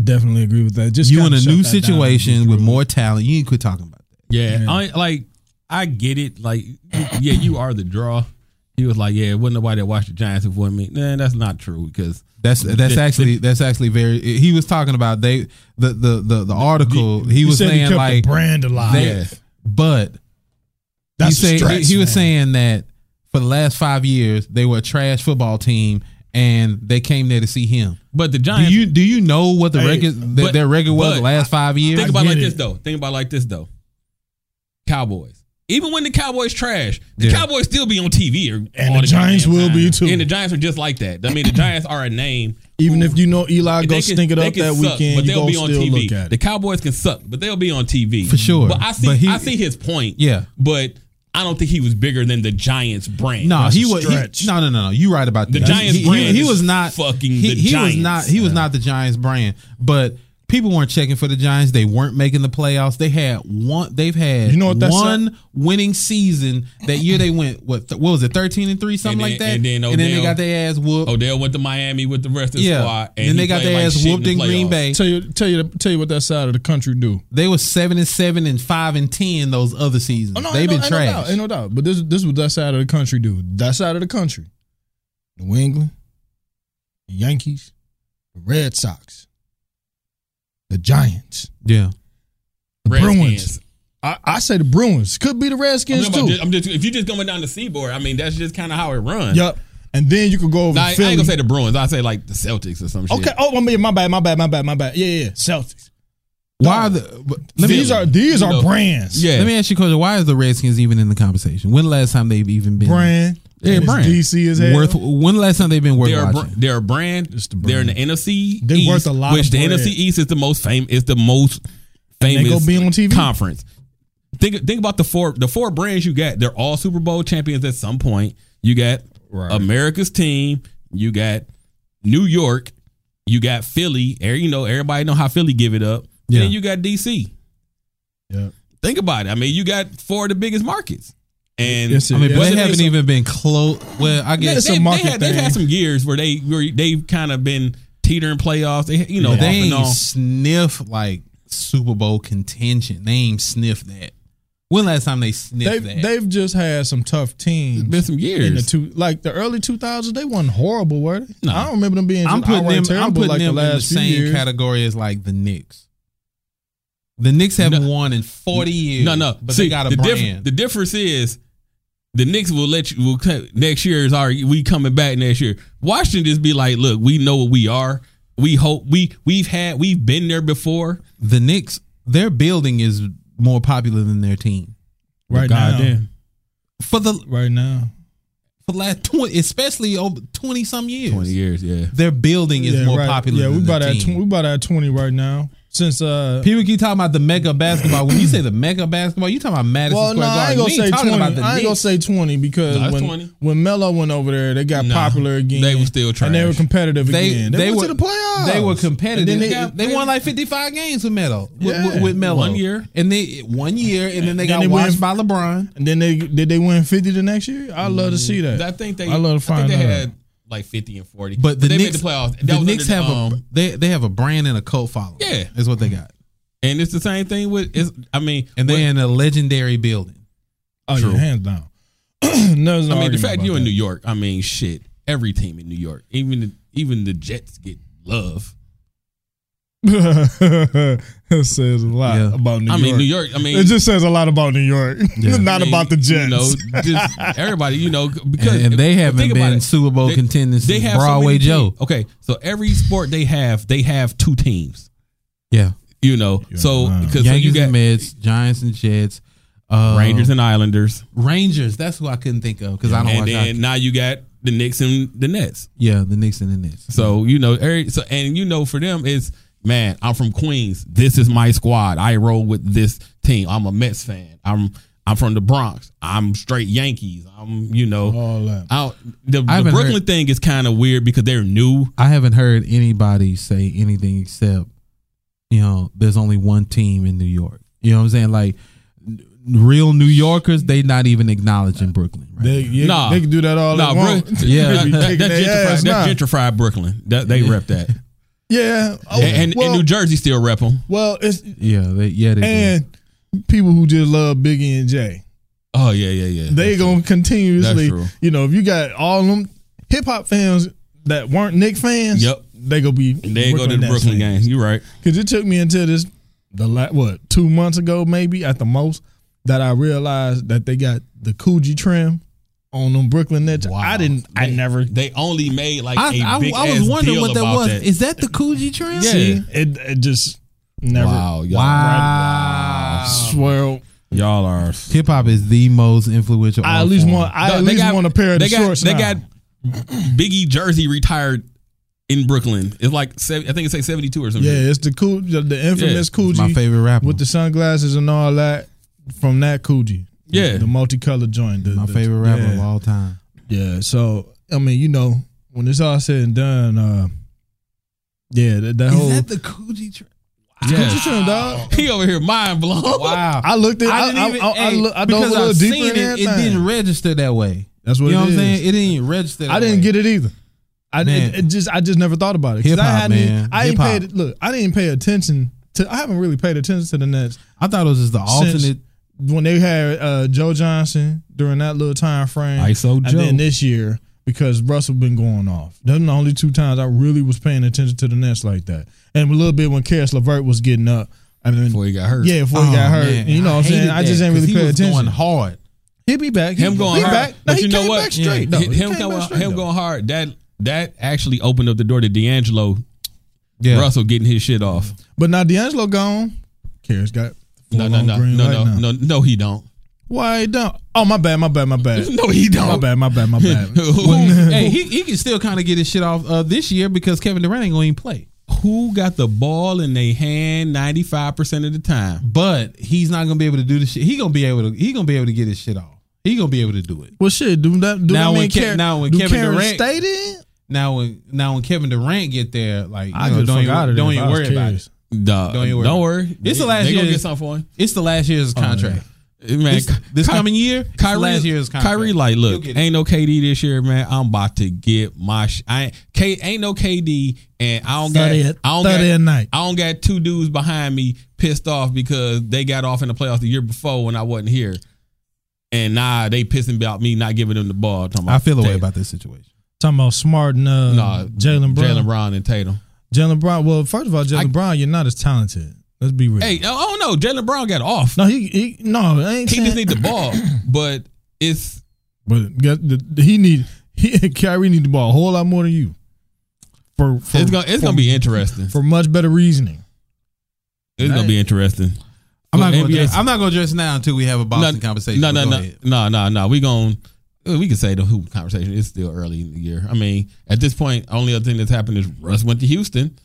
definitely agree with that. Just you in kinda a shut new that down. situation with more talent. You need to quit talking about that. Yeah, I like I get it. Like, <clears throat> yeah, you are the draw. He was like, yeah, it wasn't nobody that watched the Giants before me. Nah, that's not true because That's that's actually that's actually very. He was talking about they the the the, the article. he was said he saying kept like the brand alive. they, Yeah. but That's he, a say- stretch, he, he was man. saying that for the last five years they were a trash football team and they came there to see him. but the Do Giants you do you know what the record that but- their record was but the last five years? Think about get it like it. this though. Think about it like this though. Cowboys. Even when the Cowboys trash, the Cowboys still be on TV or And all the goddamn Giants will time. be, too. And the Giants are just like that. I mean, the Giants are a name. even if you know Eli They go can- stink it they up can that suck, weekend, but you they'll gonna be on still TV. look at The it. Cowboys can suck, but they'll be on TV For sure. But I see, But he- I see his point. Yeah. but I don't think he was bigger than the Giants brand. No, he a was stretch. he, no, no, no, no. You right about The that. Giants he, he- brand he is was not fucking He, the he Giants. was not. He was not the Giants brand, but. People weren't checking for the Giants. They weren't making the playoffs. They had one. They've had You know what that one winning season. That year they went what? Th- what was it? Thirteen and three, something And like then- that. and then they Odell- Oh. got their ass whooped. Odell went to Miami with the rest of the yeah. squad, and then he they got played their like ass shit whooped the in Green playoffs. Bay. Tell you, tell you, tell you what that side of the country do. They were seven and seven and five and ten those other seasons. Oh, no, They've ain't no- been ain't No doubt, trash. ain't no doubt. But this this was that side of the country, dude. That side of the country. New England, the Yankees, the Red Sox, the Giants, yeah. Bruins. I, I say the Bruins. Could be the I'm Redskins talking about too. just- I'm just- if you're just going down the seaboard, I mean, that's just kind of how it runs. Yep. And then you could go over Nah, I, I to ain't Philly. gonna say the Bruins. I say like the Celtics or some shit. okay. Oh, I mean, my bad, my bad, my bad, my bad. Yeah, yeah, yeah. Celtics. Why are the? but Let me, These are these You are know. brands. Yeah. let me ask you, Coach. Why is the Redskins even in the conversation? When the last time they've even been Brand. Yeah, And it's brand. DC as hell. worth? When the last time they've been worth They're a, br- watching? they're a brand. It's the They're in brand. the NFC. They're East, worth a lot of Which the bread. NFC East is the most famous. Is the most they famous go be on TV? conference. Think think about the four the four brands you got. They're all Super Bowl champions at some point. You got America's team. You got New York. You got Philly. Every- You know everybody know how Philly give it up. Yeah. Then you got DC. Yep. Think about it. I mean, you got four of the biggest markets. And Yes, it I mean, but is. they Wasn't haven't they even been close. Well, I Yeah, guess It's a they, market they had, They've thing. had some years where they where they've kind of been teetering playoffs. They you know they off and ain't on. sniff like Super Bowl contention. They ain't sniff that. When the last time they sniffed They've, that? they've just had some tough teams. It's been some in the years. two like the early 2000s they wasn't horrible were they No. i don't remember them being I'm just putting outright them. terrible I'm putting like them the in the last few same years. category as like the Knicks. The Knicks haven't won in 40 years. no, no. but See, they got a the diff- brand. the difference is the Knicks will let you. Will cut, next year is already we coming back next year. Washington just be like, look, we know what we are. We hope we we've had we've been there before. the Knicks, their building is more popular than their team right now Goddamn. for the right now for the last twenty, especially over twenty some years. Twenty years, yeah. Their building is more right. popular. yeah we than about their at team. tw- we about at 20 right now since uh People keep talking about the mega basketball. When you say the mega basketball, you talking about Madison well, no, Square I ain't Garden. gonna We say talking about twenty. the I ain't gonna Knicks. say twenty because No, it's when 20. when Melo went over there, they got Nah, popular again. they were still and they were trash. competitive They- again. They, they went were- to the playoffs. They were competitive. And They, then they won like fifty five games with Melo. with- Yeah. With, with Melo, One year. and they one year, and then they Then got they win- watched by LeBron. And then they did they win fifty the next year. I love Mm, to see that. I think they. I love to find think they out. had like fifty and forty. But the they Knicks, made the playoffs. That the was Knicks under have the, um, a they they have a brand and a cult following. Yeah. is what they got, and it's the same thing with. It's, I mean, and what- they're in a legendary building. oh, True. yeah, hands down. <clears throat> no, I mean, the fact you're in New York, I mean, shit. Every team in New York, even the, even the Jets get love. <laughs> it says a lot Yeah. about New I York. mean, New York. I mean, It just says a lot about New York. <laughs> Not I mean, about the You Jets. know, just everybody. You know, because And, and if- they if- haven't think about been it, Super Bowl they- contenders They since have so Broadway many Joe. teams. Okay, so every sport they have, they have two teams. Yeah, You know, so because you Yankees got and Mets, Giants and Jets, uh, Rangers and Islanders, Rangers. That's who I couldn't think of because I don't and watch. then hockey. now you got the Knicks and the Nets. yeah, the Knicks and the Nets. So you know, every, so and you know, for them it's man. I'm from Queens. This is my squad. I roll with this team. I'm a Mets fan. I'm I'm from the Bronx. I'm straight Yankees. I'm you know. <laughs> All that. I don't- the, the haven't Brooklyn heard- thing is kind of weird because they're new. I haven't heard anybody say anything except, you know, there's only one team in New York. You know what I'm saying? Like n- real New Yorkers, they not even acknowledging Brooklyn. Right? They, yeah, Nah. they can do that all Nah, Oh, <laughs> they want. Brooklyn. <laughs> Yeah. They be That, kicking that's, their gentrified, ass now. that's gentrified Brooklyn. That, they rep that, and, yeah. Oh, and, well, and New Jersey still rep them. well, it's yeah, they, yeah, they do. and people who just love Biggie and Jay. Oh yeah, yeah, yeah. They gonna That's continuously, true. you know, if you got all them hip hop fans that weren't Nick fans, Yep. they gonna be. they go to the Brooklyn game. You right? Because it took me until this, the la- what two months ago maybe at the most that I realized that they got the Coogee trim on them Brooklyn Nets. I didn't. I never. They only made like I, a I, big I ass was wondering deal what that about was. That. Is that the Coogee trend? Yeah. See, it, it just never. wow, y'all, Wow. Swirl. y'all are. Hip hop is the most influential. I art at least form. want. I Dog, at they least got- want a pair of they the got, shorts. They now. got Biggie jersey retired in Brooklyn. It's like sev- I think it's like seventy two or something. Yeah, it's the cool, the, the infamous Yeah, It's my Coogee favorite rapper. with the sunglasses and all that from that Coogee. Yeah. the, multicolored joint. The, my the- favorite rapper yeah. of all time. Yeah, so I mean, you know, when it's all said and done, uh, yeah, that, that whole the Coogee trend? Yeah. Coogee trim, <laughs> dog. He over here mind <laughs> blown. Wow. I looked at. I I, didn't I, even. I, I, hey, look- I dove a because little I've deeper seen in it, it everything. didn't register that way. That's what You know it what I'm is. saying? It didn't register. That I didn't way. get it either. I Man. didn't. It just I just never thought about it. 'Cause I Hip-hop, hadn't- man. I ain't Hip-hop. paid. Look, I didn't pay attention to. I haven't really paid attention to the Nets I thought it was just the alternate. Since- when they had uh, Joe Johnson during that little time frame. ISO and then this year because Russell been going off. Those are the only two times I really was paying attention to the Nets like that, and a little bit when Karis LeVert was getting up. I mean, Before he got hurt. Oh, yeah, before he got hurt. you know what I'm saying? I just ain't really pay paying attention. Going hard. He'll be back. him He- going he hard. back. No, But he you know came what? Back straight. Yeah. though. He him came going, back straight, him though. going hard. That that actually opened up the door to D'Angelo Yeah. <laughs> Russell getting his shit off. But now D'Angelo gone. Karis got No, no, full-on no, green no, light no, now. no, no. He don't. Why he don't? Oh my bad, my bad, my bad, <laughs> No, he my don't. bad, <laughs> my bad, my bad. <laughs> who, hey, he, he can still kind of get his shit off uh, this year because Kevin Durant ain't going to play. who got the ball in their hand ninety five percent of the time? But he's not going to be able to do the shit. He going to be able to. He going to be able to get his shit off. He going to be able to do it. Well, shit. Do that? Do Now I mean, when Ke- Kar- now when do Kevin Karis Durant- stayed in? Now when now when Kevin Durant get there, like you I know, just don't fuck even, out of there don't if even I was worry about Karis. it. Duh, Don't you worry. Don't worry. It's They- the last They gonna year. get something for him. It's the last year's Oh, contract. Man, This, this coming year, it's the Kyrie, last year's contract. Kyrie, like, He'll look, get it. ain't no KD this year, man. I'm about to get my. Sh- I ain't, K, ain't no KD, and I don't got. Thirty at- I don't thirty got, at night. I don't got two dudes behind me pissed off because they got off in the playoffs the year before when I wasn't here, and nah, they pissing about me not giving them the ball. Talking I feel a way Tatum. about this situation. Talking about Smart and uh, Nah, Jalen Jalen Brown. Brown and Tatum. Jalen Brown. Well, first of all, Jalen I- Brown, you're not as talented. Let's be real. Hey, I don't know. Jalen Brown got off. No, he, he no. I ain't he saying, just need the ball, but it's but get the, the- he need he <laughs> Kyrie need the ball a whole lot more than you. For, for it's gonna it's gonna be interesting. for much better reasoning. It's gonna be interesting. I'm not Well, going to NBA dress. I'm not going to dress now until we have a Boston conversation. No, but no, go no, ahead. no, no, no. We gon' we can say the hoop conversation. It's still early in the year. I mean, at this point, only other thing that's happened is Russ went to Houston,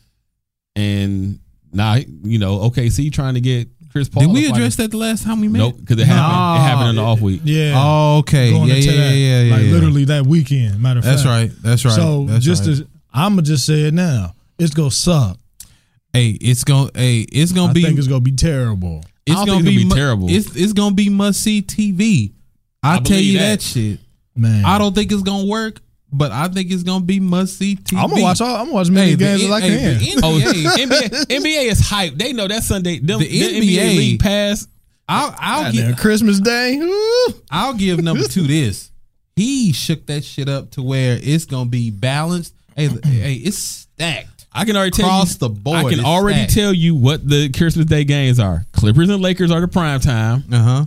and now you know OKC trying to get Chris Paul. Did we to fight address that the last time we met? Nope, because it happened. Nah. It happened in the off week. Yeah. Oh, okay. going Yeah, into yeah, yeah, that, yeah, yeah. Like yeah. literally that weekend. Matter of That's fact. right. That's right. So that's just right. as I'ma just say it now. It's gonna suck. hey, it's gonna hey, it's gonna I be think it's gonna be terrible. I don't think it's gonna be terrible. It's it's gonna be must see TV. I, I tell believe you that. that. shit. Man. I don't think it's gonna work, but I think it's gonna be must see TV. I'm gonna watch all I'm gonna watch as many Hey, the games N- as I hey, can. the Oh, NBA, NBA, NBA is hype. They know that Sunday. Them, The the, NBA, NBA league pass. I'll, I'll Goddamn give Christmas Day. Ooh. I'll give number <laughs> two this. He shook that shit up to where it's gonna be balanced. Hey, th- hey, it's stacked. I can already tell Across you, the board, I can it's already stacked. tell you what the Christmas Day games are. Clippers and Lakers are the prime time. Uh huh.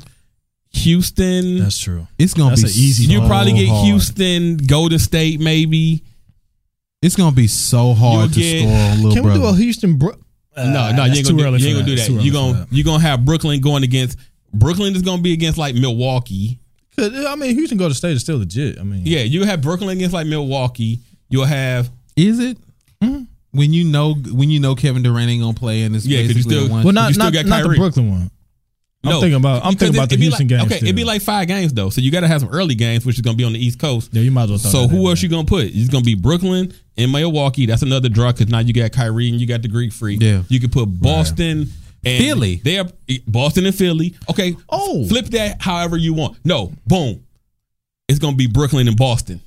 Houston. That's true. It's gonna That's be an easy so you probably get hard. Houston, Golden State, maybe. It's gonna be so You'll hard to get- score on little Can brother. we do a Houston? Bro- Uh, no, no, you that's ain't too gonna, early do, you for ain't gonna that. do Too that. You early for gonna you gonna have Brooklyn going against Brooklyn is gonna be against like Milwaukee. Cause, I mean, Houston go to state is still legit. I mean, Yeah, you have Brooklyn against like Milwaukee. You'll have Is it? When you know when you know Kevin Durant ain't gonna play and it's Mm-hmm. Yeah, 'cause you basically still- a one. well, not You still not, got not the Kyrie. Brooklyn one. I'm no. thinking about Because I'm thinking it- about the it'd be Houston like, game. Okay, it'd be like five games though, so you got to have some early games, which is gonna be on the East Coast. yeah, you might as well. throw So that in who there. else you gonna put? It's gonna be Brooklyn and Milwaukee. That's another draw because now you got Kyrie and you got the Greek Freak. Yeah. you could put Boston. And Philly. They are Boston and Philly. Okay. Oh. Flip that however you want. No. Boom. It's gonna be Brooklyn and Boston.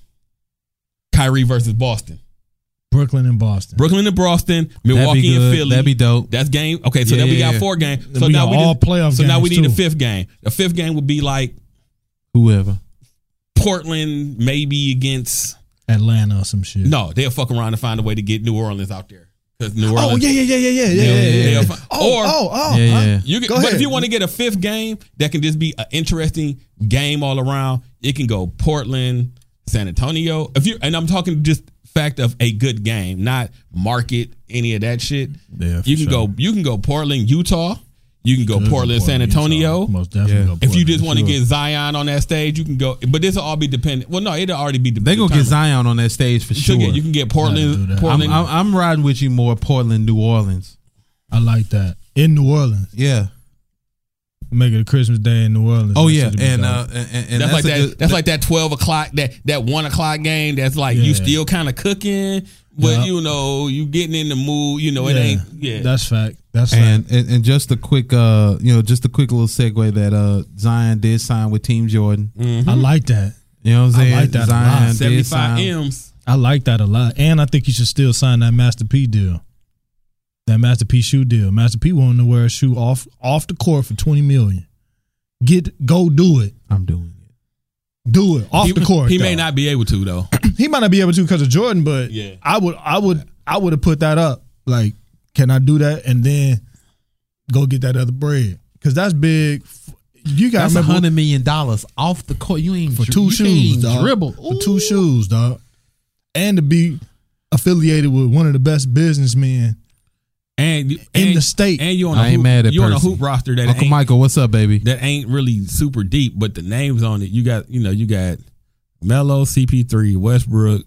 Kyrie versus Boston. Brooklyn and Boston. Brooklyn and Boston. That'd be Milwaukee good. and Philly. That'd be dope. That's game. Okay, so Yeah, then we yeah, got yeah. four games. So we now got we all just, playoff So now we games, need a too. fifth game. The fifth game would be like Whoever. Portland, maybe against Atlanta or some shit. No, they'll fuck around and find a way to get New Orleans out there because New Orleans. Oh yeah yeah yeah yeah yeah yeah. they'll- yeah, yeah. they'll fi- Oh or oh oh. yeah, huh? yeah. you can, Go but ahead. if you want to get a fifth game that can just be an interesting game all around, it can go Portland, San Antonio. If you and I'm talking just fact of a good game, not market any of that shit. Yeah, for you can sure. go. You can go Portland, Utah. You can go Those are Portland, San Utah. Antonio. Most definitely. Yeah. go If you Portland, just want to sure. get Zion on that stage, you can go. But this will all be dependent. Well, no, it'll already be. They gonna determined. get Zion on that stage for You sure. can get- You can get do Portland. that. I'm, Portland. I'm, I'm riding with you more Portland, New Orleans. I like that in New Orleans, Yeah. make it a Christmas day in New Orleans. Oh That yeah. shit'd be And dope. uh and, and that's, like a that. good- that's like that twelve o'clock. That that one o'clock game. That's like you Yeah. still kind of cooking, but Yeah. you know you getting in the mood. You know it ain't. Yeah, That's fact. That's fact. and, and and just a quick uh you know just a quick little segue that uh Zion did sign with Team Jordan. Mm-hmm. I like that. You know what I'm I saying? like that a lot. Zion seventy did five sign. m's. I like that a lot. And I think you should still sign that Master P deal. That Master P shoe deal. Master P wanting to wear a shoe off off the court for twenty million. Get go do it. I'm doing it. Do it off he, the court. He may though. not be able to though. He might not be able to because of Jordan, but Yeah. I would. I would. I would have put that up. Like, can I do that? And then go get that other bread because that's big. You got That's to a remember hundred million dollars off the court. You ain't for dri- two you can't shoes, even dog. Dribble For two shoes, dog. And to be affiliated with one of the best businessmen. And you- In and- the state. and you on a I ain't hoop, mad at you on a Percy. hoop roster that Uncle ain't Michael, what's up, baby? that ain't really super deep, but the names on it. You got you know you got Melo, CP three, Westbrook.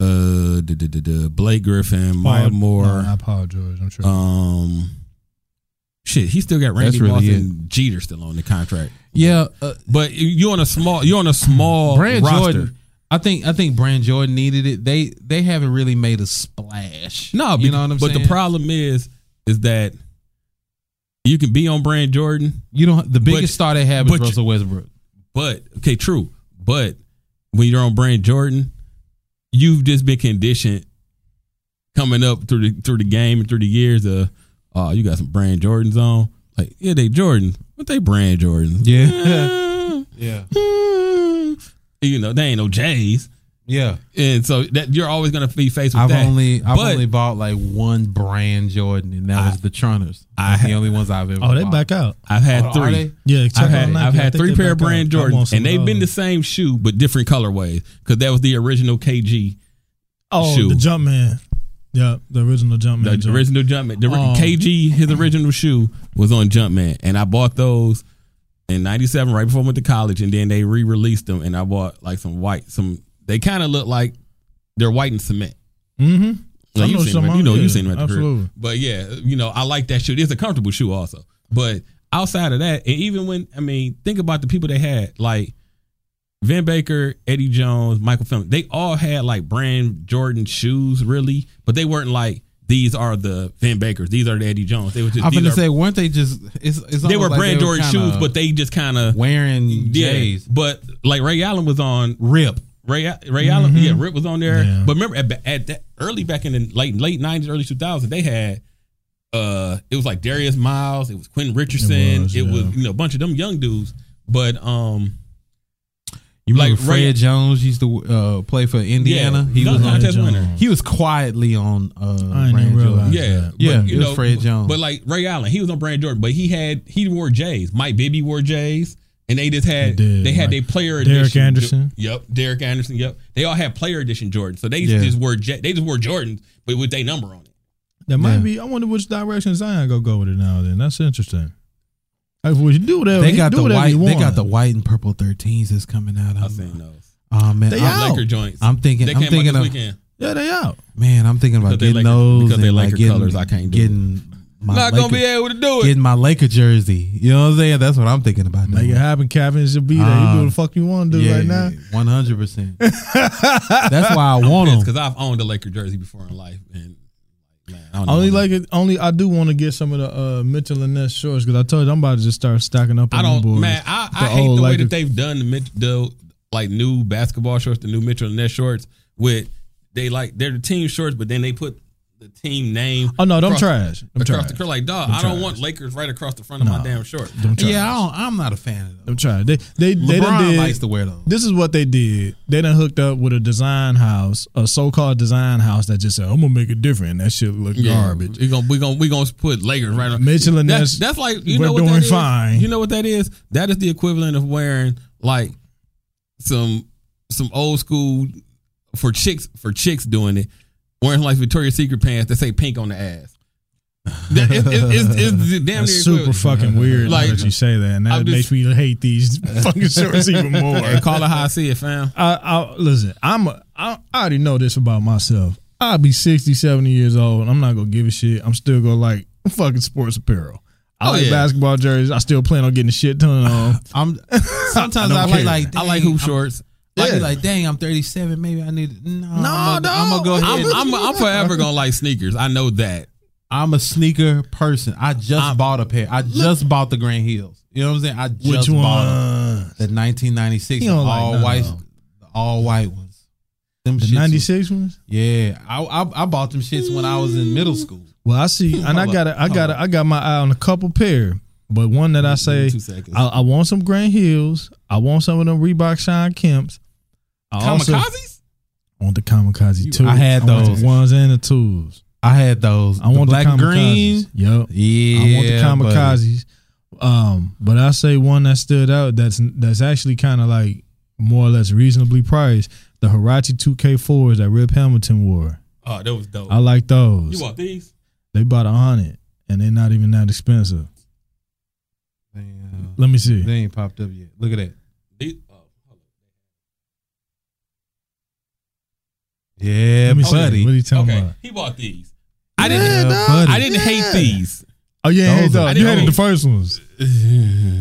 Uh, duh, duh, duh, duh, Blake Griffin, Maya Paul- Moore, No, not Paul George. I'm sure. Um, shit, he still got Randy That's really Moss it. and Jeter still on the contract. Yeah, uh, But you on a small, you on a small Brand roster. Jordan. I think I think Brand Jordan needed it. They they haven't really made a splash. No, you know what I'm but saying. the problem is, is that you can be on Brand Jordan, you don't. The biggest star they have is but- Russell Westbrook. but okay, true. But when you're on Brand Jordan, you've just been conditioned coming up through the through the game and through the years. Uh, oh, you got some Brand Jordans on. Like, yeah, they Jordans, but they Brand Jordans. <laughs> <laughs> Yeah. Yeah, you know, they ain't no J's. yeah. And so that you're always gonna be faced with I've that. only I've But- only bought like one Brand Jordan, and that was the Trunners. I That's the only ones I've ever. oh, they bought. back out. I've had Oh, are three. they? Yeah, check I've had, out Nike. I've I had think three they pair of back brand out. I want Jordans, some and they've of been the those. same shoe but different colorways because that was the original KG, oh shoe. the Jumpman. Yeah, the original Jumpman. the Jordan. original Jumpman. The ri- Um, KG, his original shoe was on Jumpman, and I bought those in '97 right before I went to college, and then they re-released them, and I bought like some white, some they kind of look like they're white and cement. Mm-hmm. Like, I you know seen them, some you know, are, you yeah, seen them at the absolutely. crib. But yeah, you know, I like that shoe. It's a comfortable shoe also. But outside of that, and even when I mean, think about the people they had, like Van Baker, Eddie Jones, Michael Phelps. They all had like brand Jordan shoes, really, but they weren't like these are the Van Bakers, these are the Eddie Jones. They were just I'm these gonna are- say, weren't they just? It's, it's they were almost like brand Jordan kinda shoes, but they just kind of wearing yeah. J's. But like Ray Allen was on Rip. Ray Mm-hmm. Ray Allen, yeah, Rip was on there. Yeah. But remember, at, at that early back in the late late nineties, early two thousands, they had uh, it was like Darius Miles, it was Quentin Richardson, it was, was, yeah. you know a bunch of them young dudes. But um, You Like, remember Fred right- Jones used to uh, play for Indiana. Yeah, he dunk was on. contest winner. He was quietly on. Uh, I didn't Brand even Jordan. realize Yeah, that. Yeah, but, it was Fred Jones. But like Ray Allen, he was on Brand Jordan, but he had he wore J's. Mike Bibby wore J's, and they just had He did, they had like their player Derek edition. Anderson. Yep, Derek Anderson. Yep, they all had player edition Jordan, so they Yeah. just wore J, they just wore Jordans, but with their number on it. That might Yeah. be. I wonder which direction Zion go go with it now. Then that's interesting. Like, would you do whatever They he got do the whatever white. he They got want. the white and purple thirteens that's coming out. I've I'm, seen those oh man, They I'm, out. Laker joints. I'm thinking. they I'm came thinking. out this Of, weekend. yeah, they out. man, I'm thinking about Because they Laker- getting those because they and, like, Laker getting, colors, I can't do it. getting my Not Laker, gonna be able to do it. getting my Laker jersey. You know what I'm saying? That's what I'm thinking about. Now. Make it happen, Kevin. Just be there. Ah. you do what the fuck you want to do right now. one <laughs> hundred percent. That's why I want them. because I've owned a Laker jersey before in life, and man, I don't Only know. like it. Only I do want to get some of the uh, Mitchell and Ness shorts because I told you I'm about to just start stacking up. On I them don't boys. man. I, I The hate old the way Laker- that they've done the, Mitch- the like new basketball shorts, the new Mitchell and Ness shorts. With they like they're the team shorts, but then they put the team name. Oh no, them across- trash. Them across trash. the court. Like dog, I don't want Lakers right across the front of my damn short. Them trash. Yeah, I don't, I'm not a fan of them. them trash. They they they done LeBron did. likes to wear those. this is what they did. They done hooked up with a design house, a so-called design house that just said, "I'm gonna make it different." That shit look garbage. We gonna we gonna we gonna put Lakers right on Mitchell and that's, Ness, that's like you we're know what doing that is? fine. You know what that is? That is the equivalent of wearing like some some old school for chicks for chicks doing it, wearing like Victoria's Secret pants that say pink on the ass. That- it's, it's, it's, <laughs> it's damn near That's super equivalent. fucking <laughs> weird Like- like, that you say that, and I'm that just- makes me <laughs> hate these fucking shorts even more. Hey, call it how I see it, fam. I, I listen. I'm a, I, I already know this about myself. I'll be 60, 70 years old, and I'm not gonna give a shit. I'm still gonna like fucking sports apparel. I Oh, like yeah. basketball jerseys. I still plan on getting a shit ton on. <laughs> I'm sometimes I, I don't like care. like I like dang, hoop I'm- shorts. I be Yeah. like, dang, I'm 37. Maybe I need no. No, I'm no. gonna go I'm, ahead. I'm, I'm, I'm forever gonna like sneakers. I know that. I'm a sneaker person. I just bought a pair. I just bought the Grand Heels. You know what I'm saying? I just Which bought them. one? the 1996 He don't like all none of white, them. the all white ones. Them The shits was- ninety six ones. Yeah, I, I I bought them shits when I was in middle school. Well, I see, <laughs> and I Hold up, got, I hold got, up. I got my eye on a couple pair, but one that I say, Two seconds. I, I want some Grand Hills. I want some of them Reebok Shine Kemps. I also Kamikazes? want the Kamikaze too. I had want those. the ones and the twos. I had those. I want the black the and green. Kamikazes. Yep. Yeah, I want the buddy. kamikazes. Um, but I say one that stood out that's that's actually kind of like more or less reasonably priced. The Hirachi 2K4s that Rip Hamilton wore. Oh, that was dope. I like you those. want these? They bought a hundred and they're not even that expensive. Damn. Let me They see. ain't popped up yet. Look at that. These? Oh, Yeah, Let me see. buddy. What are you talking okay, about? he bought these. I didn't. I didn't hate these. Oh yeah, Those hey, are- though, I you didn't hated the hate- first ones.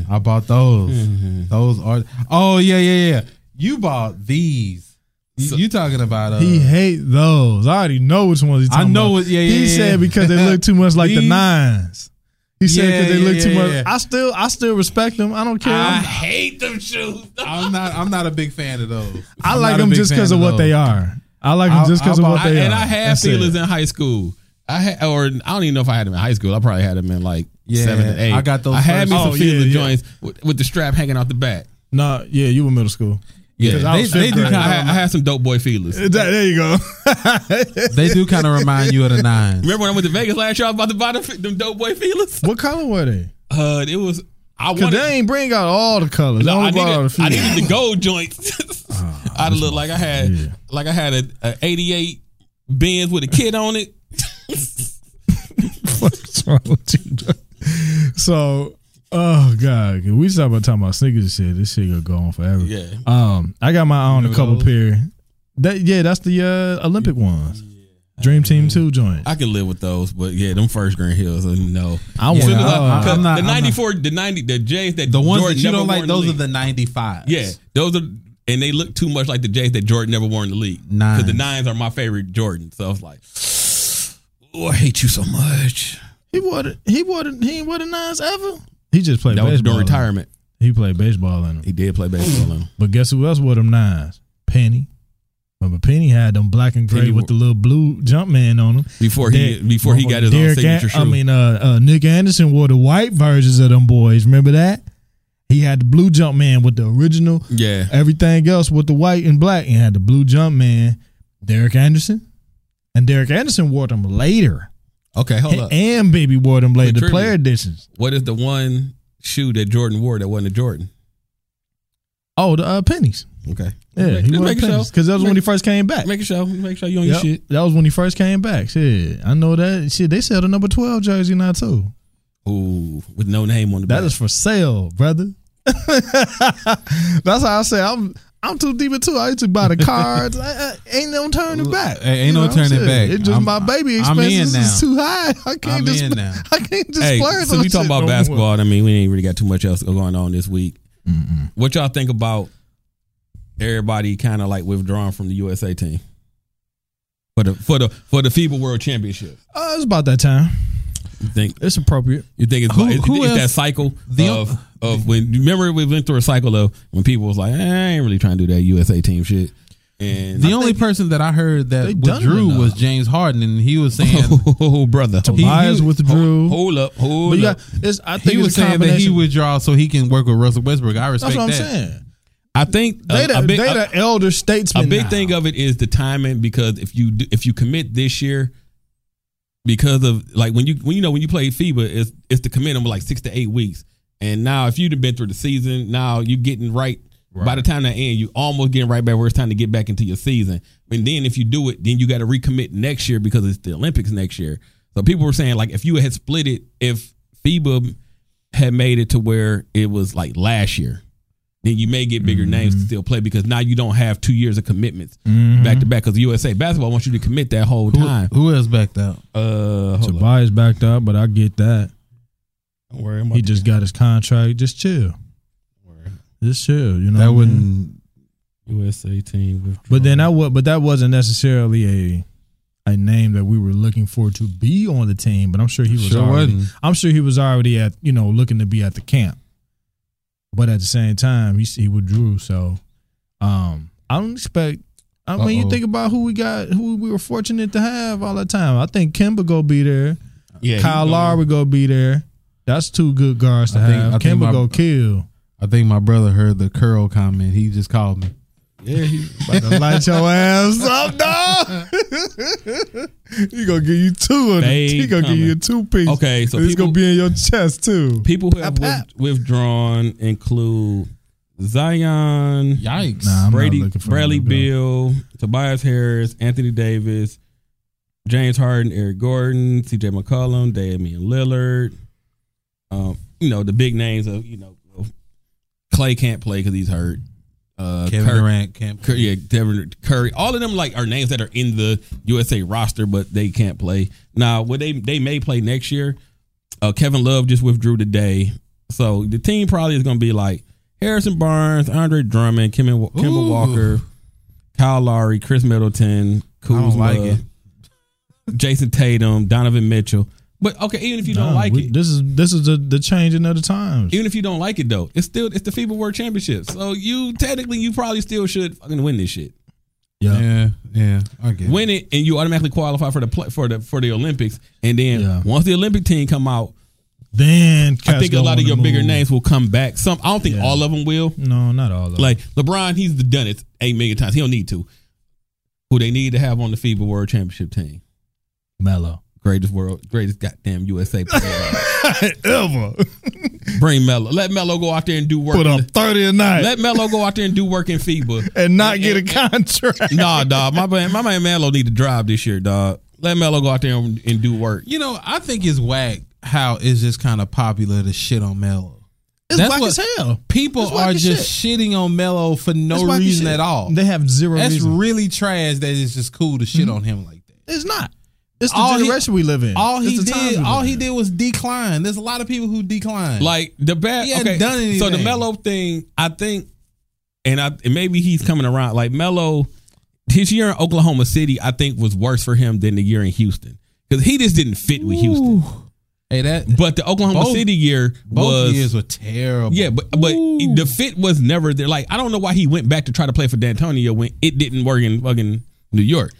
I bought those. Mm-hmm. Those are. Oh yeah, yeah, yeah. You bought these. You, So- you talking about? Uh, He hate those. I already know which ones he I talking know about. it. Yeah, yeah. he yeah, said yeah. because they look too much like the These- nines. He said Yeah, because they yeah, look yeah, too much. yeah. I still, I still respect them. I don't care. I I'm- hate them shoes. <laughs> I'm not. I'm not a big fan of those. I I'm like not a them big just fan because of what those. they are. I like I'll- them just because of I'll what buy- they are. and I had That's it. feelers in high school. I had, or I don't even know if I had them in high school. I probably had them in like Yeah, seven and eight. I got those I had me first- some Oh, feeler yeah, yeah. joints with, with the strap hanging out the back. Nah, yeah, you were middle school. Yeah, 'Cause I They, was they fifth do grade. I, kind had, I had some dope boy feelers. That- there you go. of. They do kind of remind you of the nines. Remember when I went to Vegas last year? I was about to buy them, them dope boy feelers. <laughs> what color were they? Uh, it was I Because wanted. they ain't bring out all the colors. No, I I only brought out a needed, few. I needed the gold joints. <laughs> I looked like I had Yeah. like I had a, a '88 Benz with a kid on it. What's wrong with you, bro? So, oh god, we stop about talking about sneakers and shit. This shit gonna go on forever. Yeah. Um, I got my eye on a Remember couple those? pair. That yeah, that's the uh, Olympic ones. Dream Team Two joint. I can live with those, but yeah, them first Grand Hills, uh, no. <laughs> I Oh, Yeah, want. Soon as I- I- I'm cause not- the I'm not- '94, the '90, the J's that The ones Jordan that you never wore don't like, in the those are league. the 95s. yeah, those are, and they look too much like the J's that Jordan never wore in the league. Nines. the nines are my favorite Jordan. So I was like, oh, I hate you so much. He wore the, he wore the, he ain't wore the nines ever. He just played That was baseball. during retirement. He played baseball in them. He did play baseball. in But guess who else wore them nines? Penny. Remember Penny had them black and gray Penny with wore- the little blue jump man on them. Before he Derek- before he got his own Derek signature An- shoe. I mean, uh, uh, Nick Anderson wore the white versions of them boys. Remember that? He had the blue jump man with the original. Yeah. Everything else with the white and black. And had the blue jump man, Derek Anderson. And Derek Anderson wore them later. Okay, hold up. And Baby wore them later. The trivia. player editions. What is the one shoe that Jordan wore that wasn't a Jordan? Oh, the uh, pennies. Okay. Yeah, Just he wore make it pennies. so. Because that was when he Make- first came back. Make sure, make sure you on Yep. your shit. That was when he first came back. Shit, I know that. Shit, they sell the number twelve jersey now too. Ooh, with no name on the That back. is for sale, brother. <laughs> That's how I say I'm. I'm too deep into. it. I used to buy the cards. I, I, ain't no turning back. Hey, ain't You no turning shit. back. It's just I'm- my baby I'm in expenses is now. too high. I can't I'm just. in now. <laughs> I can't just Hey, splurge so on we shit talking no about more. basketball. I mean, we ain't really got too much else going on this week. What y'all think about everybody kind of like withdrawing from the USA team for the for the for the FIBA World Championship? Uh, it's about that time. You think It's appropriate. you think it's, Who- it's, who it's that else- cycle The- of of when remember we went through a cycle of when people was like, eh, I ain't really trying to do that USA team shit. And The only person that I heard that They done withdrew enough. was James Harden, and <laughs> he was saying <laughs> oh brother, he- Myers withdrew. hold up, but hold you up. got, it's, I think he it's was a saying that he combination. withdraw so he can work with Russell Westbrook. I That's respect what I'm that. saying. I think They the, a, a big, they a- the elder statesmen. a big now. thing of it is the timing because if you do- if you commit this year because of like when you when you know when you play FIBA it's it's to commit them like six to eight weeks and now if you've been through the season now you're getting right, by the time that end you almost getting right back where it's time to get back into your season and then if you do it then you got to recommit next year because it's the Olympics next year so people were saying like if you had split it if FIBA had made it to where it was like last year then you may get bigger names Mm-hmm. to still play because now you don't have two years of commitments back Mm-hmm. to back. Because USA basketball wants you to commit that whole time. Mm-hmm. Who, who else backed out? Uh, hold up. Tobias backed up, but I get that. Don't worry, I'm He about just got his contract. Just chill. Just chill. You know That what I mean? wouldn't. USA team. Withdrawal. But then I would. But that wasn't necessarily a a name that we were looking for to be on the team. But I'm sure he was. Sure already, wasn't. I'm sure he was already at you know looking to be at the camp. But at the same time, he he withdrew. So um, I don't expect. I mean, you Uh-oh. think about who we got, who we were fortunate to have all the time. I think Kimba go be there. yeah, he Kyle going- Lowry go be there. That's two good guards to I think- I have. think Kimba my- go kill. I think my brother heard the curl comment. He just called me. Yeah, he, About to <laughs> light your ass up, dog. he gonna give you two of them. They He gonna give coming. you a two piece. okay, so it's people, gonna be in your chest too. people who have Pap, pap. with, withdrawn include Zion, <laughs> Yikes! Nah, I'm not Brady, looking for Bradley no good. Bill, Tobias Harris, Anthony Davis, James Harden, Eric Gordon, C.J. McCollum, Damian Lillard. Um, you know the big names of you know Clay can't play because he's hurt. Uh, Kevin Curry, Durant can't. Curry, yeah, Devin Curry. All of them like are names that are in the USA roster, but they can't play. Now, what they they may play next year. Uh, Kevin Love just withdrew today, so the team probably is going to be like Harrison Barnes, Andre Drummond, Kim Kimba Ooh. Walker, Kyle Lowry, Chris Middleton, Kuzma, don't like it. Jason Tatum, Donovan Mitchell. But okay, even if you don't Nah, like we- it, This is this is the, the changing of the times. even if you don't like it though, it's still it's the FIBA World Championship. So you technically you probably still should fucking win this shit. Yeah, yeah. I get. it. win it, and you automatically qualify for the pla for the for the Olympics. And then Yeah. once the Olympic team come out, Then I cats think a gonna lot of wanna your bigger move. names will come back. Some I don't think Yeah. all of them will. No, not all of them. Like LeBron, he's done it eight million times. He don't need to. Who they need to have on the FIBA World Championship team? Mello. Greatest world, greatest goddamn USA <laughs> player. <laughs> Ever Bring Melo. Let Melo go out there and do work. put in up the- thirty a night let Melo go out there and do work in FIBA. and not get a contract. nah, dog. My man, my man Melo need to drive this year, dog. Let Melo go out there and, and do work. You know, I think it's whack how it's just kind of popular to shit on Melo. It's That's whack what- as hell. People It's whack are as just shitting on Melo for It's no whack as reason shit. at all. They have zero That's reason. Mm-hmm. really trash. That it's just cool to shit on him like that. it's not. It's the All he- generation we live in. All It's he the times did, we all live he in. did was decline. There's a lot of people who decline. Like the bad. He hadn't okay, done anything. so the Mello thing, I think, and I and maybe he's coming around. Like Mello, his year in Oklahoma City, I think was worse for him than the year in Houston because he just didn't fit with Houston. hey, that But the Oklahoma Both- City year both was. years were terrible. yeah, but but the fit was never there. Like I don't know why he went back to try to play for D'Antonio when it didn't work in fucking New York.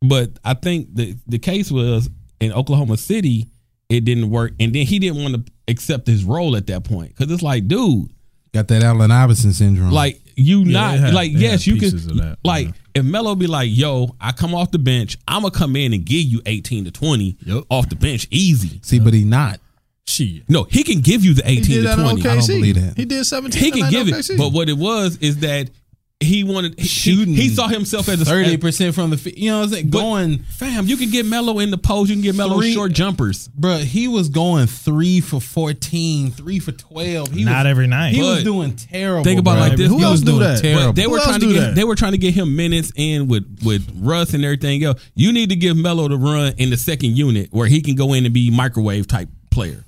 But I think the the case was in Oklahoma City, it didn't work, and then he didn't want to accept his role at that point because it's like, dude, Got that Allen Iverson syndrome. Like you they not had- like they yes had you pieces of can that, like yeah. if Melo be like yo I come off the bench I'm gonna come in and give you eighteen to twenty Yep. off the bench easy. see, but he not. Shit. No, he can give you the eighteen to twenty. I don't believe that. He did 17. He can give it, but what it was is that he wanted he, Shooting He saw himself as a Thirty percent from the, fi- you know what I'm saying? But- Going, Fam, you can get Melo in the post. You can get Melo Three- short jumpers. bro, he was going three for 14, three for twelve. He Not was, every night. He was But- doing terrible. Think about bro. like this. Who He else was do doing that? terrible. But they were Who trying else to do get that? they were trying to get him minutes in with with Russ and everything else. You need to give Melo to run in the second unit where he can go in and be microwave type player.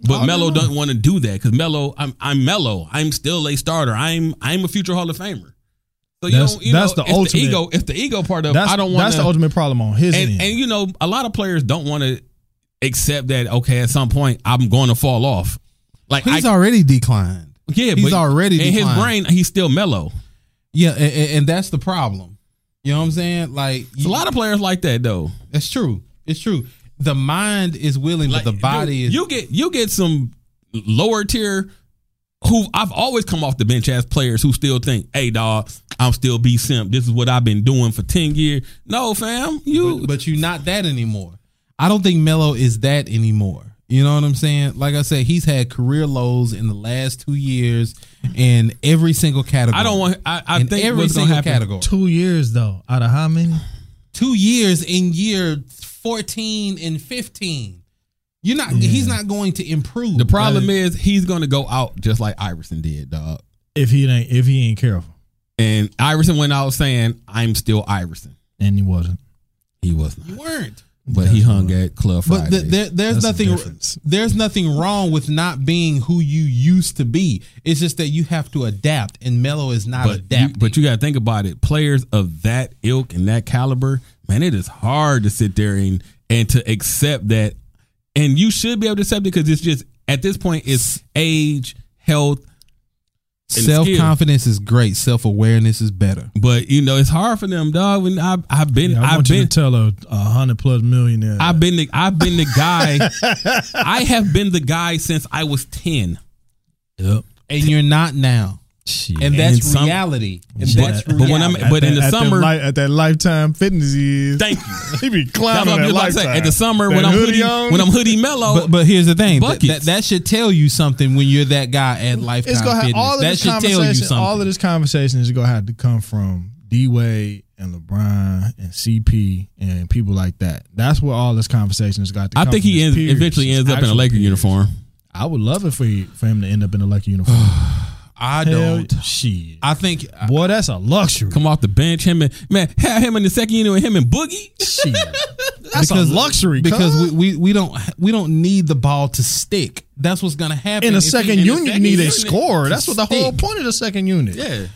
But Melo doesn't want to do that because Melo, I'm I'm Melo. I'm still a starter. I'm I'm a future Hall of Famer. So you That's- don't, you that's know, the it's ultimate. The ego, it's the ego part of that's, I don't want that's the ultimate problem on his and, end. and you know, a lot of players don't want to accept that. Okay, at some point, I'm going to fall off. Like He's I, already declined. yeah, he's but already in his declined. brain. He's still mellow. Yeah, and, and, and that's the problem. You know what I'm saying? Like It's a lot of players like that though. That's true. It's true. The mind is willing, Like but the body you, is. You get you get some lower tier who I've always come off the bench as players who still think, "Hey, dog, I'm still B simp. This is what I've been doing for ten years." No, fam, you but, but you're not that anymore. I don't think Melo is that anymore. You know what I'm saying? Like I said, he's had career lows in the last two years in every single category. I don't want. I, I in think every what's gonna single happen. category. Two, Two years though, out of how many? years in year 14 and 15. You're not. He's not going to improve. The problem is he's gonna go out just like Iverson did, dog. If he ain't, if he ain't careful, And Iverson went out saying, "I'm still Iverson." and he wasn't. He was not, you weren't. but he hung at Club Friday. But th- there, there's That's the nothing. difference. there's nothing wrong with not being who you used to be. It's just that you have to adapt, and Melo is not but you, adapting. but you got to think about it. Players of that ilk and that caliber, man, it is hard to sit there and and to accept that. And you should be able to accept it because it's just at this point, it's age, health. and skill. self confidence is great. Self awareness is better. But you know, it's hard for them, dog. When I I've been Yeah, I I've want you been to tell a, a hundred plus millionaire. I've been the I've been the guy. <laughs> I have been the guy since I was ten. Yep. And you're not now, and that's And some- reality. And Yeah. that's But reality. when I'm- but in the at that summer- li- at that lifetime fitness is Thank you. he be That's climbing what I'm that just about to say. lifetime. At the summer That when I'm hoodie, on, when I'm hoodie mellow, but, but here's the thing that, Buckets. that, that should tell you something when you're that guy at Lifetime it's gonna have Fitness. all of that this should tell you conversation. something. All of this conversation is gonna have to come from D Wade and LeBron and CP and people like that. That's where all this conversation has got to. I come think from he his ends, peers, eventually his ends up in a actual Laker peers. uniform. I would love it for he, for him to end up in a Laker uniform. I Hell, don't. shit. I think. uh, Boy, that's a luxury. Come off the bench, him and man, <laughs> have him in the second unit with him and Boogie. Shit. That's Because- a luxury. because cuz. we, we, we don't we don't need the ball to stick. That's what's gonna happen in if a he- second in the unit, you second need a unit scorer. to That's what the whole stick. point of the second unit. Yeah,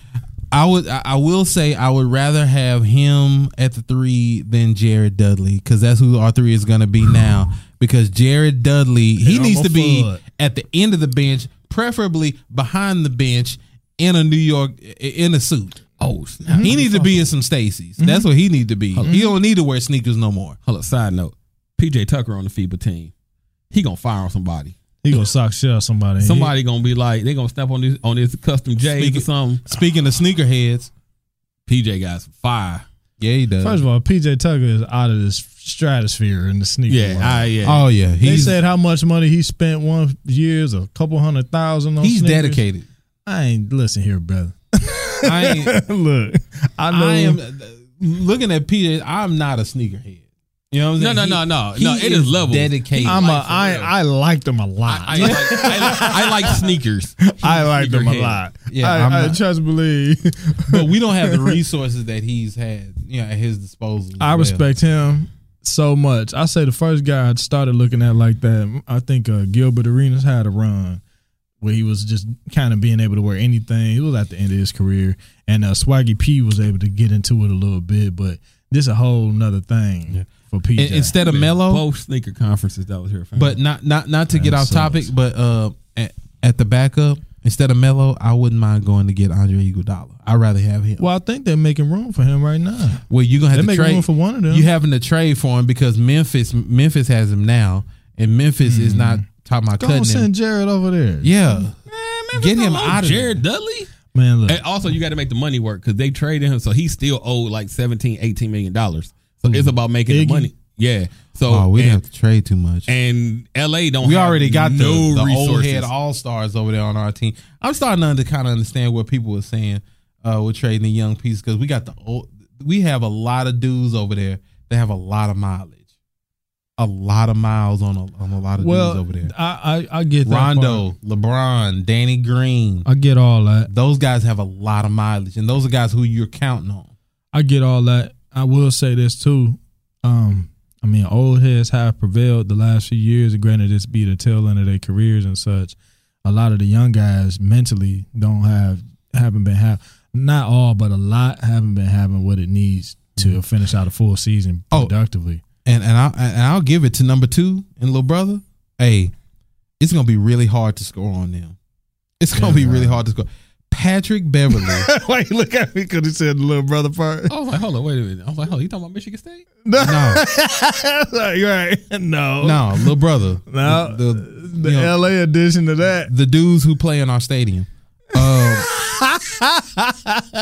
I would I I will say I would rather have him at the three than Jared Dudley because that's who our three is <sighs> gonna be now. Because Jared Dudley he Yeah, needs I'm to a be fud. at the end of the bench, preferably behind the bench in a New York in a suit. Oh, snap. mm-hmm. He needs to be in some Stacy's. That's what he need to be. He don't need to wear sneakers no more. Hold up. Side note: PJ Tucker on the FIBA team, he gonna fire on somebody. He gonna sock shit out somebody. Somebody gonna be like, they gonna step on this on this custom J's or Speaking- something. Speaking of sneakerheads, PJ got some fire. yeah, he does. First of all, PJ Tucker is out of this stratosphere in the sneaker. Yeah, world. I, yeah. oh yeah, they he's said how much money he spent one years, a couple hundred thousand on. he's sneakers. dedicated. I ain't listen here, <laughs> brother. I <laughs> <laughs> ain't, Look, I know. I am uh, looking at Peter. I'm not a sneakerhead. You know what I'm no, saying? no, no, no, no. he It is level. Dedicated. I'm a. for I real. I liked him a lot. I, like, I, like, I like <laughs> sneakers. <laughs> I liked him a sneakerhead. lot. Yeah, I'm I, I not- trust and believe. but we don't have the resources that he's had, you know, at his disposal. as I well. respect him so much. I say the first guy I started looking at like that, I think uh, Gilbert Arenas had a run where he was just kind of being able to wear anything. He was at the end of his career, and uh, Swaggy P was able to get into it a little bit, but this a whole nother thing for PJ. In- instead of Mello, Both sneaker conferences that was here. Fam. Mm-hmm. but not not not to get That off topic, sucks. but uh, at, at the backup instead of Mello, I wouldn't mind going to get Andre Iguodala. I'd rather have him. Well, well, I think they're making room for him right now. you're They're gonna have to making trade room for one of them. You having to trade for him because Memphis Memphis has him now, and Memphis is not talking about Mm-hmm. Go on, cutting him. send Jared over there. Yeah, man, Memphis Get don't him owe out of Jared Dudley. Man, look. And also, you got to make the money work because they traded him, so he still owed like 17, 18 million dollars. So it's about making Iggy. the money. Yeah. So Oh, Hmm. we and, didn't have to trade too much. and LA don't. we have already got the, no the old resources. head all stars over there on our team. I'm starting to kind of understand what people were saying uh, with trading the young piece because we got the old. We have a lot of dudes over there. They have a lot of mileage, a lot of miles on a, on a lot of well, dudes over there. I, I I get that part. Rondo, LeBron, Danny Green. I get all that. Those guys have a lot of mileage, and those are guys who you're counting on. I get all that. I will say this too. Um, I mean, old heads have prevailed the last few years. Granted, it's be the tail end of their careers and such. A lot of the young guys mentally don't have haven't been have not all, but a lot haven't been having what it needs Mm-hmm. to finish out a full season Oh. productively. and and I and I'll give it to number two and little brother. Hey, it's gonna be really hard to score on them. It's gonna be really hard to score. Patrick <laughs> Beverly. Why you look at me? Because he said the little brother part. I was like, hold on, wait a minute. I was like, hold on, oh, you talking about Michigan <laughs> State? no, right? No, no, little brother. No, the the, you know, L.A. edition of that. the dudes who play in our stadium. <laughs> Um,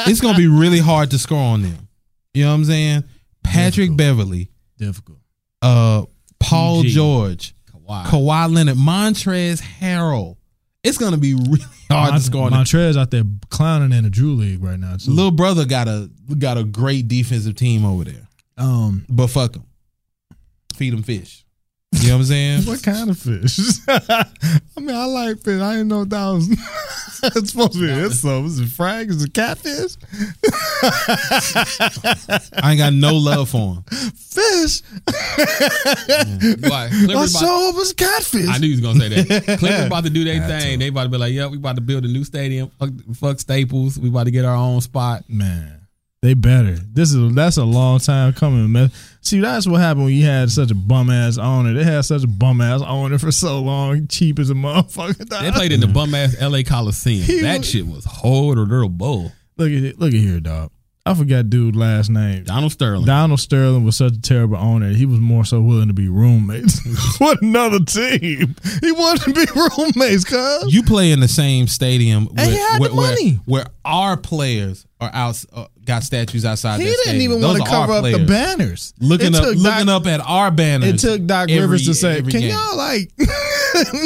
it's gonna be really hard to score on them. You know what I'm saying? Patrick Beverly, Difficult. uh, Paul PG. George, Kawhi. Kawhi Leonard, Montrez Harrell. It's gonna be <laughs> really Oh, hard to score on them. Montrez out there clowning in the Drew League right now. So, Little brother got a got a great defensive team over there, um, but fuck him. Feed him fish. You know what <laughs> I'm saying? what kind of fish? <laughs> I mean, I like fish. I didn't know that was. <laughs> it's supposed to be it's so. Is it frag? Is it catfish? I ain't got no love for him. Fish. <laughs> Why? Clippers I about- saw it was catfish. I knew he was gonna say that. Clippers about to do their thing. They about to be like, "Yep, we about to <laughs> build a new stadium. Fuck, fuck Staples. We about to get our own spot." man. They better. This is that's a long time coming, man. See, that's what happened when you had such a bum ass owner. They had such a bum ass owner for so long, cheap as a motherfucker. They played Mm. in the bum ass L.A. Coliseum. He that was- shit was horrible. Look at it. Look at here, dog. I forgot dude last name. Donald Sterling. Donald Sterling was such a terrible owner. He was more so willing to be roommates <laughs> with another team. He wanted to be <laughs> roommates, cuz. You play in the same stadium where, he had the where, where- money. where our players are out uh, got statues outside. He their didn't stadium. even Those want to are our cover up the players. banners. Looking It up, took looking Doc- up at our banners. It took Doc every- Rivers to say, every "Can game." y'all like, <laughs>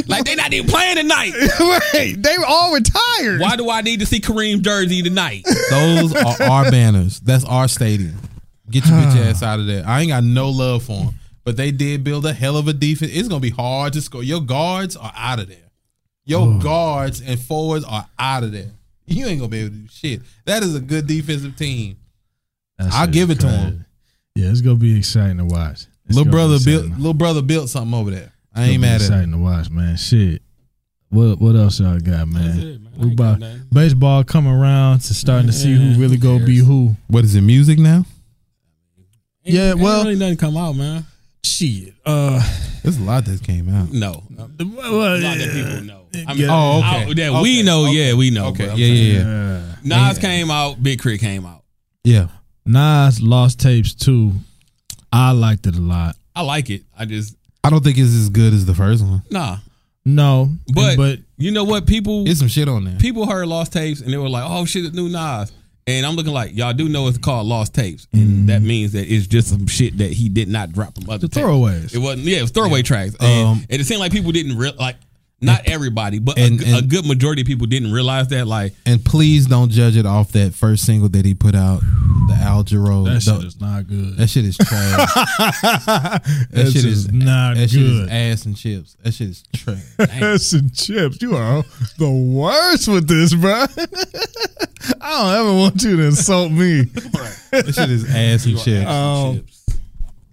like they not even playing tonight. right? They were all retired." Why do I need to see Kareem jersey <laughs> tonight? Those <laughs> are our banners. That's our stadium. Get your bitch <sighs> ass out of there. I ain't got no love for them. But they did build a hell of a defense. It's gonna be hard to score. Your guards are out of there. Your guards and forwards are out of there. You ain't gonna be able to do shit. That is a good defensive team. That I'll shit give is it to crazy. him. Yeah, it's gonna be exciting to watch. It's gonna Little be brother built. exciting. It's Little brother built something over there. I gonna ain't be mad at him. Exciting to watch, man. Shit. What what else y'all got, man? it, man. I We ain't got about nothing. baseball coming around to starting to see who really gonna be who. What is it? Music now? Yeah, Ain't well- really nothing come out, man. Shit. Uh, There's a lot that came out. No, well, a lot of people know. I mean, Yeah. Oh, okay. I- that we know. Yeah, we know. Okay. but Yeah, I'm yeah, yeah, uh, saying- Nas came out. Big Crit came out. yeah. Nas lost tapes too. I liked it a lot. I like it. I just I don't think it's as good as the first one. nah. No, But, but you know what? People It's some shit on there. people heard Lost Tapes and they were like, "Oh shit, it's new Nas." And I'm looking like y'all do know it's called Lost Tapes, and that means that it's just some shit that he did not drop from other Mm-hmm. the tapes. throwaways. It wasn't. Yeah, it was throwaway tracks. And, Um, and it seemed like people didn't real like not everybody, but a and- g- a, and- good majority of people didn't realize that. Like, And please don't judge it off that first single that he put out, the Al Jarreau. that shit The- is not good. <laughs> that shit is trash. That shit is- not that shit is good. ass and chips. That shit is <laughs> trash. Ass and chips. You are the worst with this, bro. <laughs> I don't ever want you to insult me. That shit is ass and chips. Um,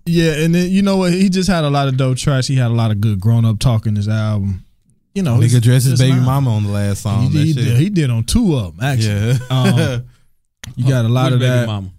yeah, and then you know what? He just had a lot of dope tracks. He had a lot of good grown up talk in his album. You know, Nigga he's- dressed his it's baby not- mama on the last He, song. did- he that did, shit. he did on two of them actually. yeah. <laughs> Um, you got a lot Which of baby that. mama.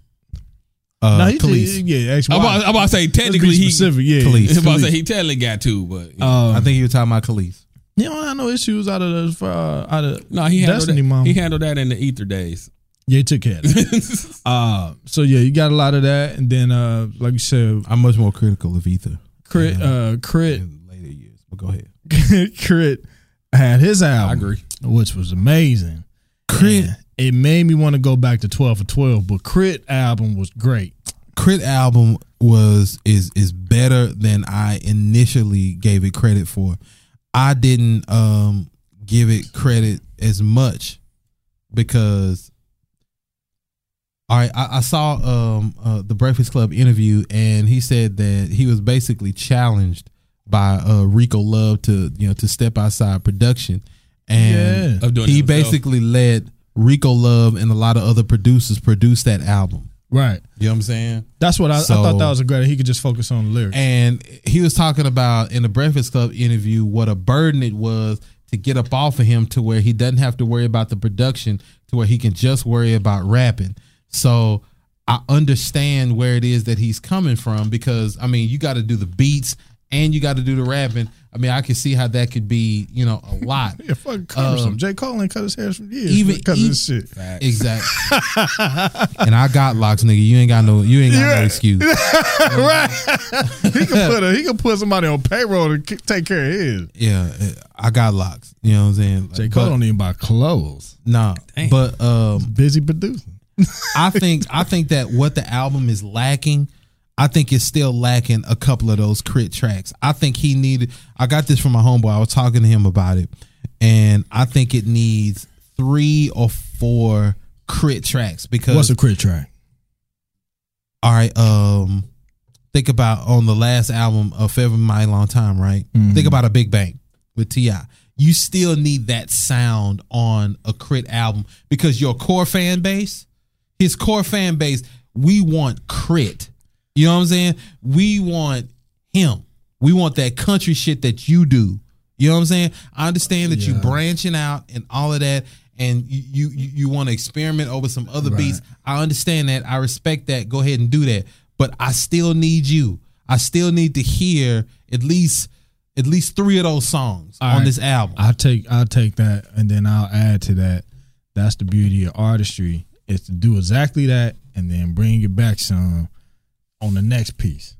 uh, No, he Khalees. did. Yeah, actually, I'm about, I'm about to say technically he. Uh, specific. Yeah, <laughs> Khalees. I'm about to say Khalees. he technically got two, but Um, I think you were talking about Khalees. you know, I had no issues out of the uh, out of. no, he handled Destiny that. Mama. He handled that in the ether days. <laughs> Yeah, he took care. Of it. uh, so yeah, you got a lot of that, and then uh, like you said, I'm much more critical of Ether crit, <laughs> uh, crit, in later years. But go ahead. crit had his album, I agree. which was amazing. Crit And It made me want to go back to twelve for twelve, but Crit album was great. Crit album was is is better than I initially gave it credit for. I didn't um give it credit as much because all right, I, I saw um uh, the Breakfast Club interview and he said that he was basically challenged by uh Rico Love to you know to step outside production and Yeah. Of doing it he himself. basically let Rico Love and a lot of other producers produce that album. Right. You know what I'm saying? That's what I, I So- thought that was a great. He could just focus on the lyrics. And he was talking about in the Breakfast Club interview what a burden it was to get up off of him to where he doesn't have to worry about the production, to where he can just worry about rapping. So I understand where it is that he's coming from because I mean you got to do the beats and you got to do the rapping. I mean I can see how that could be you know a lot. yeah, fuck cumbersome. um, Jay Cole ain't cut his hair for years even- e- because of this shit. Exactly. and I got locks, nigga. You ain't got no you ain't got no excuse. He could put a, he could put somebody on payroll to k- take care of his. Yeah, I got locks. You know what I'm saying? Jay Like, Cole but- don't even buy clothes. Nah, but um, Busy producing. I think I think that what the album is lacking, I think it's still lacking a couple of those crit tracks. I think he needed. I got this from my homeboy. I was talking to him about it, and I think it needs three or four crit tracks because What's a crit track? all right, um, think about on the last album of Forever My Long Time, right? Think about a Big Bang with Ti. You still need that sound on a Crit album because your core fan base, his core fan base, we want Crit. You know what I'm saying? We want him. We want that country shit that you do. You know what I'm saying? I understand that you branching out and all of that, and you you, you want to experiment over some other beats. I understand that. I respect that. Go ahead and do that. But I still need you. I still need to hear at least at least three of those songs on right. this album. I'll take I'll take that and then I'll add to that. That's the beauty of artistry is to do exactly that and then bring it back some on the next piece.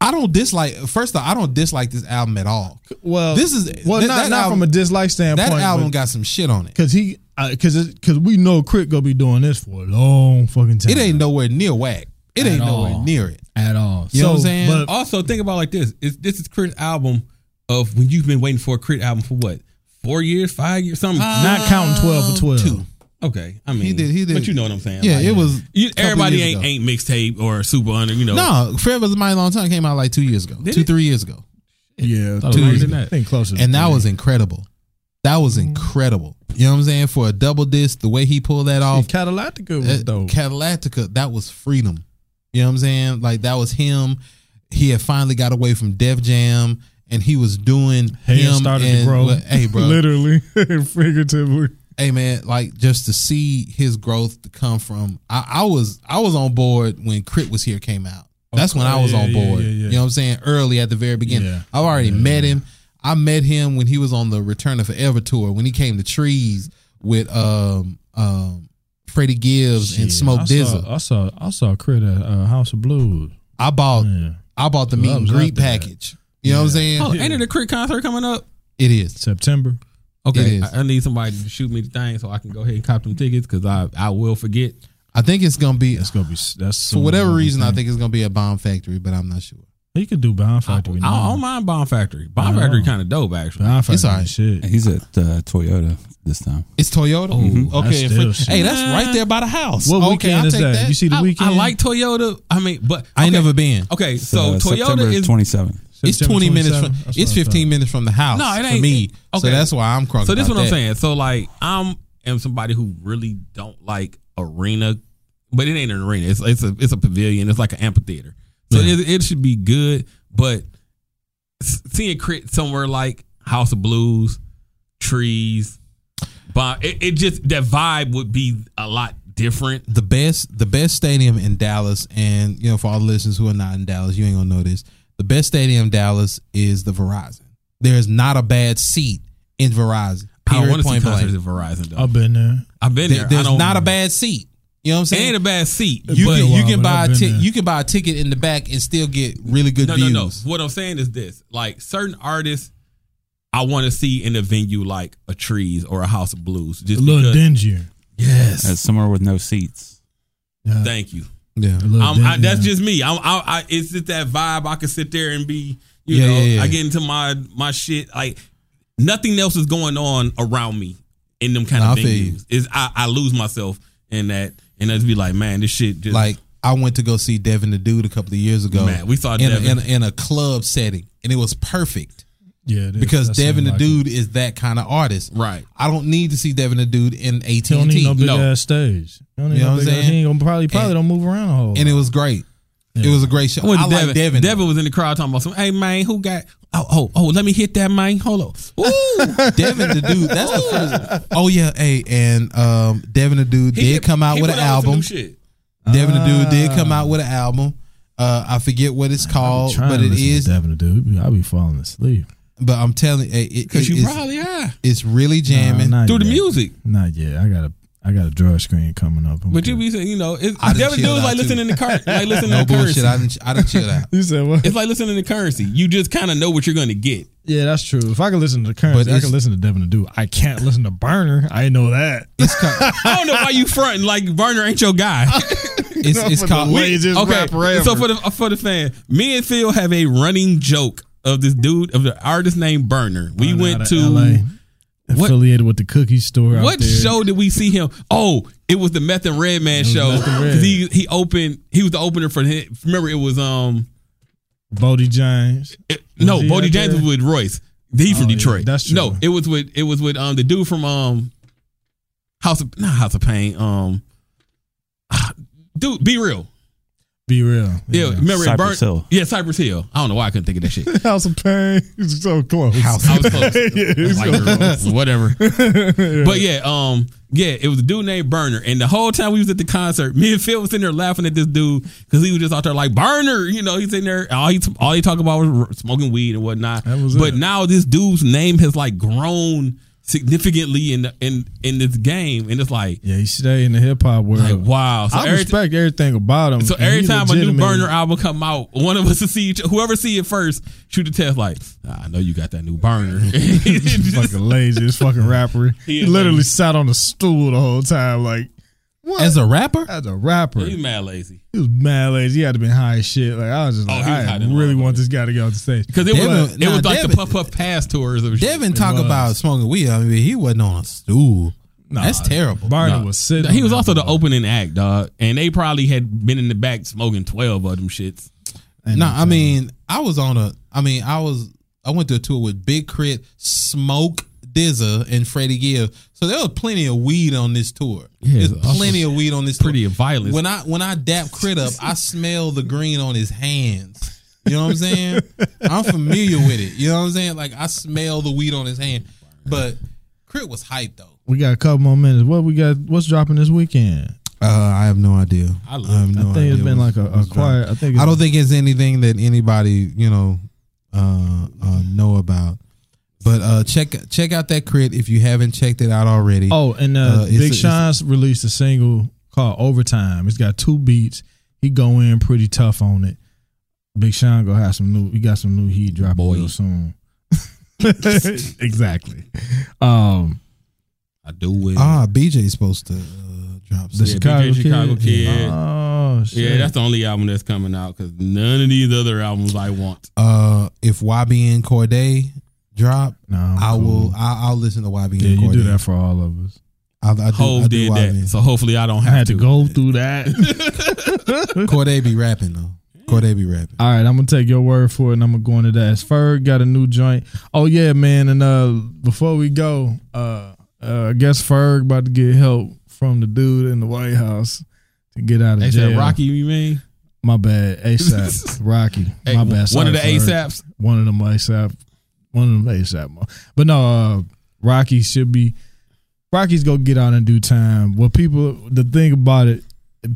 I don't dislike. First off, I don't dislike this album at all. Well, This is- well that- not, that not album- from a dislike standpoint. That album but- got some shit on it. Cause he, because because we know Crit gonna be doing this for a long fucking time. It ain't nowhere near whack. It At ain't nowhere all. near it. at all. You so, know what I'm saying? But Also, think about it like this: it's, this is Crit album of when you've been waiting for a Crit album for what four years, five years, something. not counting twelve for twelve. Two. okay, I mean, He did- he did- but you know what I'm saying? Yeah, Like, it was. You, a couple everybody years ain't ago. ain't mixtape or super under. You know, No, Forever's a Mighty Long Time came out like two years ago, two it? three years ago, Yeah, was two Oh, longer years than ago. I that. think closer. to and that three. was incredible. That was incredible. You know what I'm saying? For a double disc, the way he pulled that And off, Catalactica uh, was dope. Catalactica, that was freedom. You know what I'm saying? Like that was him. He had finally got away from Def Jam, and he was doing Hair him. started and, to grow. well, hey, <laughs> bro, literally, figuratively. hey man, like just to see his growth to come from. I, I was I was on board when Crit was here came out. That's when I was yeah, on yeah, board. yeah, yeah. You know what I'm saying? Early at the very beginning. Yeah. I've already met him. I met him when he was on the Return of Forever tour when he came to Trees with um um Freddie Gibbs and Smoke I Dizzle. Saw, I saw, I saw Crit at uh, House of Blues. I bought Yeah, I bought the Dude, meet I and was greet after that. package. You know what I'm saying? Oh, Hold on, Oh, ain't it a Crit concert coming up? It is. September. Okay, is. I, I need somebody to shoot me the thing so I can go ahead and cop them tickets because I I will forget. I think it's gonna be That's gonna be. s- That's for whatever reason. I think it's gonna be a Bomb Factory, but I'm not sure. he could do Bound Factory. I, I now. don't mind Bomb Factory. Bomb Factory Uh-huh. kind of dope actually. Bound Factory, It's all right. shit. And he's at uh, Toyota this time. It's Toyota. That's Okay, and still for- shit. hey, that's right there by the house. What okay, weekend I'll is take that? You see the I, weekend? I like Toyota. I mean, but I ain't okay, never been. Okay, So so uh, Toyota Uh, September is 27th. It's September twenty minutes. 27th? From, That's what it's I thought. fifteen minutes from the house. No, it for ain't- me. So okay. that's why I'm crunk. So this is about what I'm that. saying. So like I'm am somebody who really don't like arena, but it ain't an arena. It's it's a it's a pavilion. It's like an amphitheater. So it, it should be good, but s- seeing crit somewhere like House of Blues, trees, but it, it just that vibe would be a lot different. The best, the best stadium in Dallas, and you know, for all the listeners who are not in Dallas, you ain't gonna know this. The best stadium in Dallas is the Verizon. There is not a bad seat in Verizon. I Period, want to see point blank. Uh, concerts at Verizon though. I've been there. I've been There- there. I there's don't, not a bad seat. You know what I'm It ain't saying? a bad seat. You but- can, you while, can but buy a I've been ticket. there. You can buy a ticket in the back and still get really good no, views. no, no. What I'm saying is this: like certain artists, I want to see in a venue like a Trees or a House of Blues. A Just little because- dingier. yes, That's somewhere with no seats. thank you. Yeah. A little I'm, I, that's dingier. just me. I'm, I, I, it's just that vibe. I can sit there and be, you Yeah, know, yeah, yeah. I get into my my shit. Like nothing else is going on around me in them kind Nah, I of feel you. venues. Is I, I lose myself in that, and I just be like, man, this shit just Like I went to go see Devin the Dude a couple of years ago. man. We saw in a, Devin. in, a, in a club setting, and it was perfect yeah, that- because that seem Devin the like Dude is that kind of artist. Right. I don't need to see Devin the Dude in AT it. You don't and need T. no big No. ass stage. You don't need You know no what I'm big ass. saying? He ain't gonna probably probably don't move around a whole. and lot. it was great. It was a great show. I, What Devin? like Devin. Devin was in the crowd talking about some. Hey man, who got? Oh oh oh! Let me hit that man. <laughs> Hold on. Ooh, <laughs> Devin the dude. That's the <laughs> first. Oh yeah, hey, and um, Devin the dude did come out he with put an out some album. new shit. Devin the dude did come Ah. out with an album. Uh, I forget what it's I'm called, trying Oh, but to it listen to is. Devin the dude. I'll be falling asleep. But I'm telling hey, it, Cause it, you it's, probably are it's really Nah, jamming. not through the yet. music. Not yet. I got a I got a draw screen coming up. I'm But you good. be saying, you know, it's, I done Devin chilled dude's like out, too. listening to currency, <laughs> like listening no to currency. bullshit. I didn't. I didn't chill out. <laughs> you said what? It's like listening to currency. You just kind of know what you're going to get. Yeah, that's true. If I could listen to the currency, But I it's- can listen to Devin the Dude. I can't listen to Burner. I know that. <laughs> It's called. I don't know why you fronting like Werner ain't your <laughs> guy. It's, <laughs> it's called. laziest so for the for the fan, me and Phil have a running joke of this dude of the artist named Burner. We Burner out went of to LA, What- affiliated with the cookie store. out What there. show did we see him? Oh, it was the Meth and Red Man was show. Meth and Red. 'Cause He he opened. He was the opener for him. Remember, it was um Bodie James. it- no he Bodie out James there? was with Royce. He from Oh, yeah, Detroit. that's true. No, it was with it was with um the dude from um House of not House of Pain um ah, dude be real Be real. yeah, remember it Cypress burnt- Hill. yeah Cypress Hill I don't know why I couldn't think of that shit House of <laughs> Pain. It's so close. House I was <laughs> close it's Like, <laughs> whatever But yeah, um, yeah, it was a dude named Burner, and the whole time we was at the concert, me and Phil was sitting there laughing at this dude because he was just out there like Burner, you know, he's in there. All he all he talked about was r- smoking weed and whatnot. That was but it. now this dude's name has like grown significantly in the, in in this game, and it's like Yeah, he stay in the hip hop world. like wow. So I every, respect everything about him. so and every he time a new legitimately- Burner album come out, one of us will see each, whoever see it first shoot a test like "Ah, I know you got that new Burner. <laughs> He's fucking lazy. This fucking rapper. He He, is literally lazy. sat on the stool the whole time. Like what? As a rapper, as a rapper, He's mad lazy. He was mad lazy. He had to been high as shit. Like I was just Oh, like, he was high I than really a want this guy to get off the stage. Because it was Devin- it was nah, like the Devin- Puff Puff Pass tours. Or shit. Devin talk was. about smoking weed. I mean, he wasn't on a stool. That's terrible. Barney Nah. was sitting. He on was that also the ball. opening act, dog, and they probably had been in the back smoking twelve of them shits. And No, I mean, I was on a. I mean, I was. I went to a tour with Big Crit, Smoke, Dizza, and Freddie Gibbs. So there was plenty of weed on this tour. Yeah, There's it's also plenty of weed on this Pretty tour. violent. When I when I dap Crit up, I smell the green on his hands. You know what I'm <laughs> saying? I'm familiar with it. You know what I'm saying? Like I smell the weed on his hand. But Crit was hype though. we got a couple more minutes. What we got? What's dropping this weekend? Uh, I have no idea. I love- have no I think it's idea been what's- like a, a what's dropping. quiet. I think. It's, I don't think it's anything that anybody you know uh, uh, know about. But uh, check check out that crit if you haven't checked it out already. Oh, and uh, Uh, it's a- Big it's a- Sean's released a single called "Overtime." It's got two beats. He go in pretty tough on it. Big Sean gonna have some new. He got some new heat dropping Boy. real soon. <laughs> exactly. Um, I do it. ah, BJ's supposed to uh, drop. the This, Yeah, Chicago, BJ Chicago kid. Kid. Oh shit. yeah, that's the only album that's coming out because none of these other albums I want. uh, if YBN Corday drop, no. I'm I will. cool. I, I'll listen to YBN. Yeah, you Corday. do that for all of us. I, I do, I Hove do did that, YBN. so hopefully I don't I have had to go through that. Corday be rapping though. Corday be rapping. All right, I'm gonna take your word for it, and I'm gonna go into that. As Ferg got a new joint. Oh yeah, man. And uh, before we go, uh, uh, I guess Ferg about to get help from the dude in the White House to get out of They jail. said Rocky, you mean? my <laughs> bad. ASAP, Rocky, Hey, my bad. One of the Sorry, Ferg. ASAPs. One of them ASAP. One of them ASAP. mo- But no, uh, Rocky should be. Rocky's gonna get out in due time. What people, the thing about it,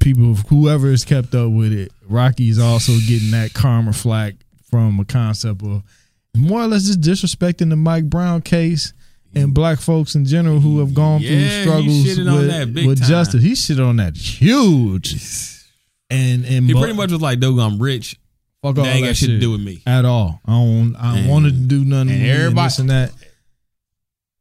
people, whoever is kept up with it, Rocky's also getting that karma flack from a concept of more or less just disrespecting the Mike Brown case and black folks in general who have gone Yeah, he through struggles shitted on that with, big with time. justice. He shit on that huge, and and He mo- pretty much was like, "Dude, I'm rich. Fuck all That ain't that got shit to do with me. at all. I don't. I don't And- want to do nothing. and everybody- And everybody this and that.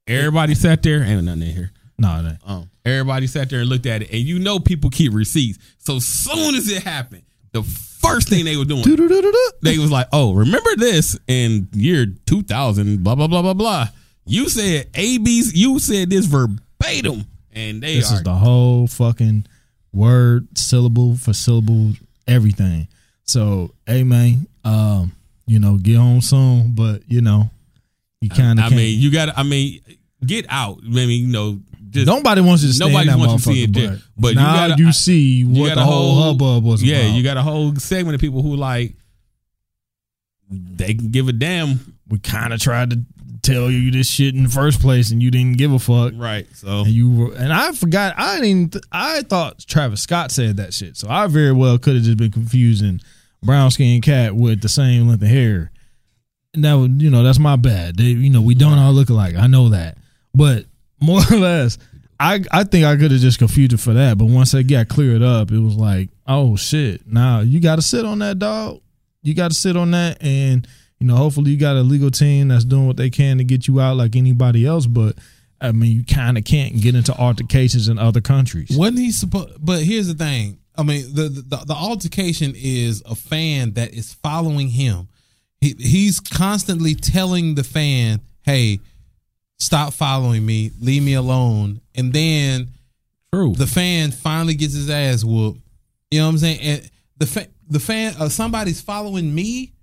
Everybody sat there. Ain't nothing in here. No, no. Um, everybody sat there and looked at it, and you know people keep receipts. So soon as it happened, the first thing they were doing, they was like, "Oh, remember this in year 2000, blah blah blah blah blah. You said AB's. You said this verbatim, and they This are is the whole fucking word syllable for syllable everything. So, hey man, um, you know, get home soon, but you know, you kind of. I mean, you got. to I mean, get out. I mean, you know, just nobody wants you to stay in nobody that wants you to see motherfucker, it, but, but you now you, gotta- I- see you what got the a whole, whole- hubbub was. yeah. about. You got a whole segment of people who like they can give a damn, we kind of tried to tell you this shit in the first place, and you didn't give a fuck. right? So And you were, and I forgot. I didn't. Th- I thought Travis Scott said that shit, so I very well could have just been confusing brown skinned cat with the same length of hair. And that would, you know, that's my bad. They, you know, we don't all look alike. I know that, but more or less, I I think I could have just confused it for that. But once I got cleared up, it was like, oh shit, now you got to sit on that dog. You got to sit on that, and you know, hopefully you got a legal team that's doing what they can to get you out like anybody else. But I mean, you kind of can't get into altercations in other countries. Wasn't he supposed? But here's the thing. I mean, the, the the altercation is a fan that is following him. He, he's constantly telling the fan, "Hey, stop following me. Leave me alone." And then true. the fan finally gets his ass whooped. You know what I'm saying? And the fa- the fan, uh, somebody's following me.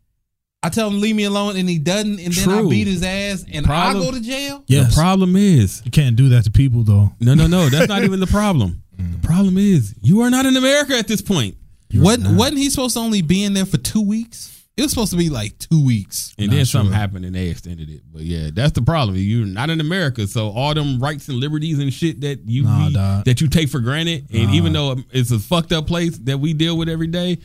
I tell him leave me alone, and he doesn't. And then I True. beat his ass, and Problem- I go to jail. Yes. The problem is You can't do that to people though. No, no, no. That's not even the problem. Mm. The problem is you are not in America at this point. Wasn't, wasn't he supposed to only be in there for two weeks? It was supposed to be like two weeks. And then something Mm. happened and they extended it. But yeah, that's the problem. You're not in America, so all them rights and liberties and shit that you Nah, we- dog. that you take for granted, and even though it's a fucked up place that we deal with every day,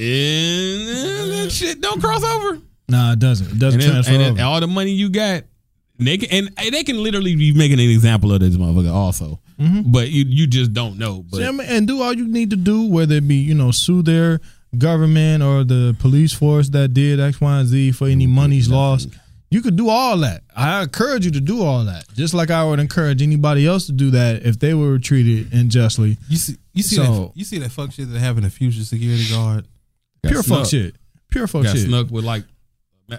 and eh, that shit don't cross <laughs> over. Nah, it doesn't. It doesn't And, it- Mm. transfer and it- over. all the money you got, they can and, and they can literally be making an example of this motherfucker also. Mm-hmm. But you you just don't know. But Yeah, man, and do all you need to do, whether it be you know sue their government or the police force that did X, Y, and Z for any monies lost. You could do all that. I encourage you to do all that, just like I would encourage anybody else to do that if they were treated unjustly. You see, you see So- that you see that fuck shit that happened to future security guard. got Pure fuck snuck. shit. Pure fuck got shit. snuck with like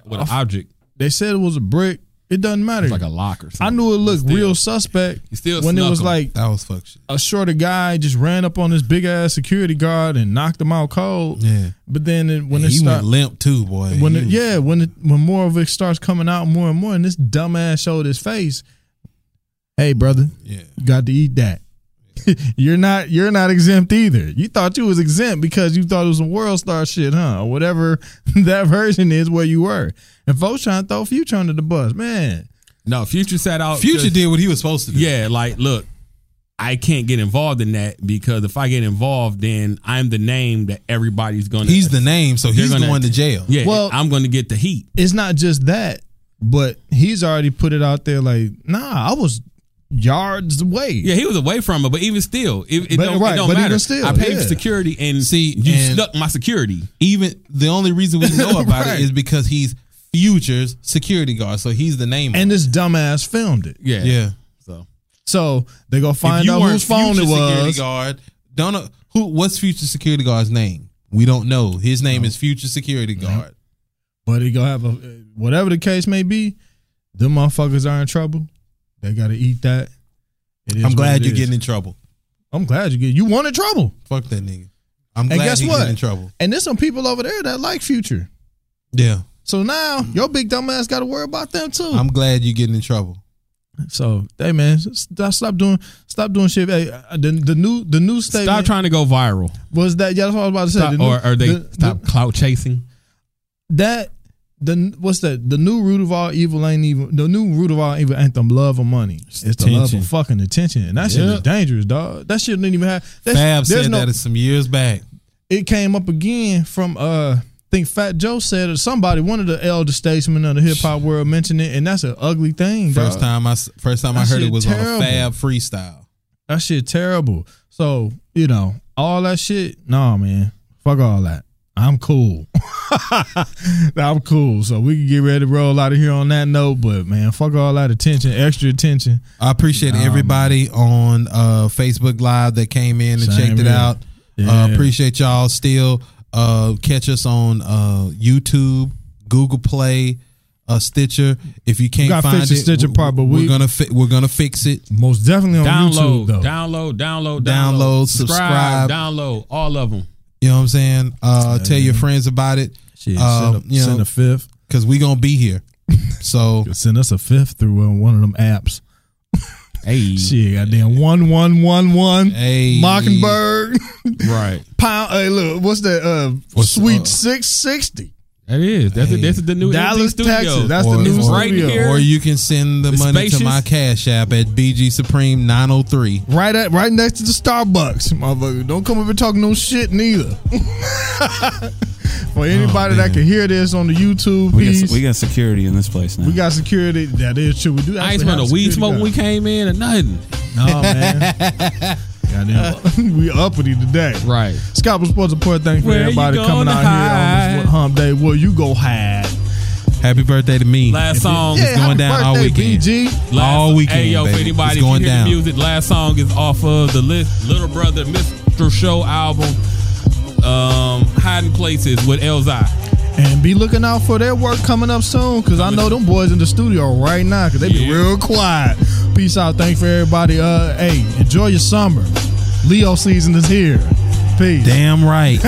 with an object. They said it was a brick. It doesn't matter. It's like a lock or something. I knew it looked Still. real suspect You still when it snuck was him. like That was fuck shit. a shorter guy just ran up on this big ass security guard and knocked him out cold. Yeah, But then it, when it he started, went limp too, boy. when He it, was- yeah, when it, when more of it starts coming out more and more, and this dumbass showed his face. Hey, brother, yeah, you got to eat that. <laughs> you're not you're not exempt either. You thought you was exempt because you thought it was some world star shit, huh? Or whatever <laughs> that version is where you were. And folks trying to throw future under the bus, man. No, Future sat out. future 'cause- did what he was supposed to do. Yeah, like look, I can't get involved in that because if I get involved, then I'm the name that everybody's gonna. he's the name, so They're he's gonna- going to jail. yeah. Well- I'm gonna get the heat. it's not just that, but he's already put it out there like, nah, I was yards away. Yeah, he was away from it, but even still, it, it But- don't, right, it don't but even matter. still, I paid for yeah. security, and See, you and- snuck my security. Even the only reason we <laughs> know about Right. it is because he's future's security guard, so he's the name. And on this dumbass filmed it. Yeah, it. yeah. So So they go If find you out weren't whose phone Future it Security was. guard. Don't know who. What's future security guard's name? We don't know. His name is future security guard. But he gonna have a whatever the case may be, them motherfuckers are in trouble. They gotta eat that. It is I'm what glad it you're is. getting in trouble. I'm glad you get you wanted trouble. Fuck that nigga. I'm And glad guess he what? getting in trouble. And there's some people over there that like future. Yeah, So now your big dumbass gotta worry about them too. I'm glad you're getting in trouble. so hey man, stop, stop doing stop doing shit. Hey, uh, the, the new the new statement. stop trying to go viral, was that yeah, that's what I was about to say. Stop- The new- or are they the- stop clout chasing? the- that the what's that? The new root of all evil ain't even the new root of all evil ain't the love of money. It's, the love attention. of fucking attention, and that shit is Yep. dangerous, dog. That shit didn't even have. That Fab there's said no, that is some years back. it came up again from uh I think Fat Joe said it. Somebody, one of the elder statesmen of the hip hop world, mentioned it, and that's an ugly thing. First dog. time I s- first time I That heard it shit was on terrible. a Fab freestyle. That shit terrible. So, you know, all that shit, nah, man. Fuck all that. I'm cool. <laughs> I'm cool. So we can get ready to roll out of here on that note. But man, fuck all that attention, extra attention. I appreciate everybody on uh, Facebook Live that came in and Same checked it here. out. Yeah. Uh, appreciate y'all still. Uh, catch us on uh, YouTube, Google Play, uh, Stitcher. If you can't gotta find fix it, the Stitcher part, but we're we- gonna fi- we're gonna fix it. Most definitely on Download, YouTube though. download, download, download, Download, subscribe. download, all of them. You know what I'm saying? Uh, tell your friends about it. Shit, Um, send, a, you send know, a fifth. because we gonna be <laughs> here. So Send us a fifth through uh, one of them apps. Hey, Shit, goddamn one one one one. Hey. Mockingbird right. pound. Hey, look, what's that? Uh, What's, Sweet uh, Six Sixty. That is. That's Hey. a, that's the new Dallas, MT studio. Texas. That's the new It's right studio. here. Or you can send the It's money to spacious. my cash app at BG Supreme 903. Right at right next to the Starbucks, motherfucker. Don't come over talking no shit neither. <laughs> For anybody that can hear this on the YouTube Oh, We piece, got, we got security in this place now. security. That is true. We do. I actually ain't smell have no weed security smoke when we guards. came in or <laughs> nothing. Oh, No man. Goddamn, <laughs> we uppity today. Right. Scott was supposed to put a thank you for Where you everybody coming gonna out here on hide? this hump day. Where you go hide? Happy birthday to me. Last song is going happy down all weekend. BG. Last, All weekend, Hey, yo, baby. for anybody It's if you going hear down. the music, last song is off of the list, Little Brother Mr. Show album, um, Hiding Places with Elzai. And be looking out for their work coming up soon, cause I know them boys in the studio right now, cause they be Yeah. real quiet. Peace out. Thanks for everybody. Uh, hey, enjoy your summer. Leo season is here. Peace. Damn right.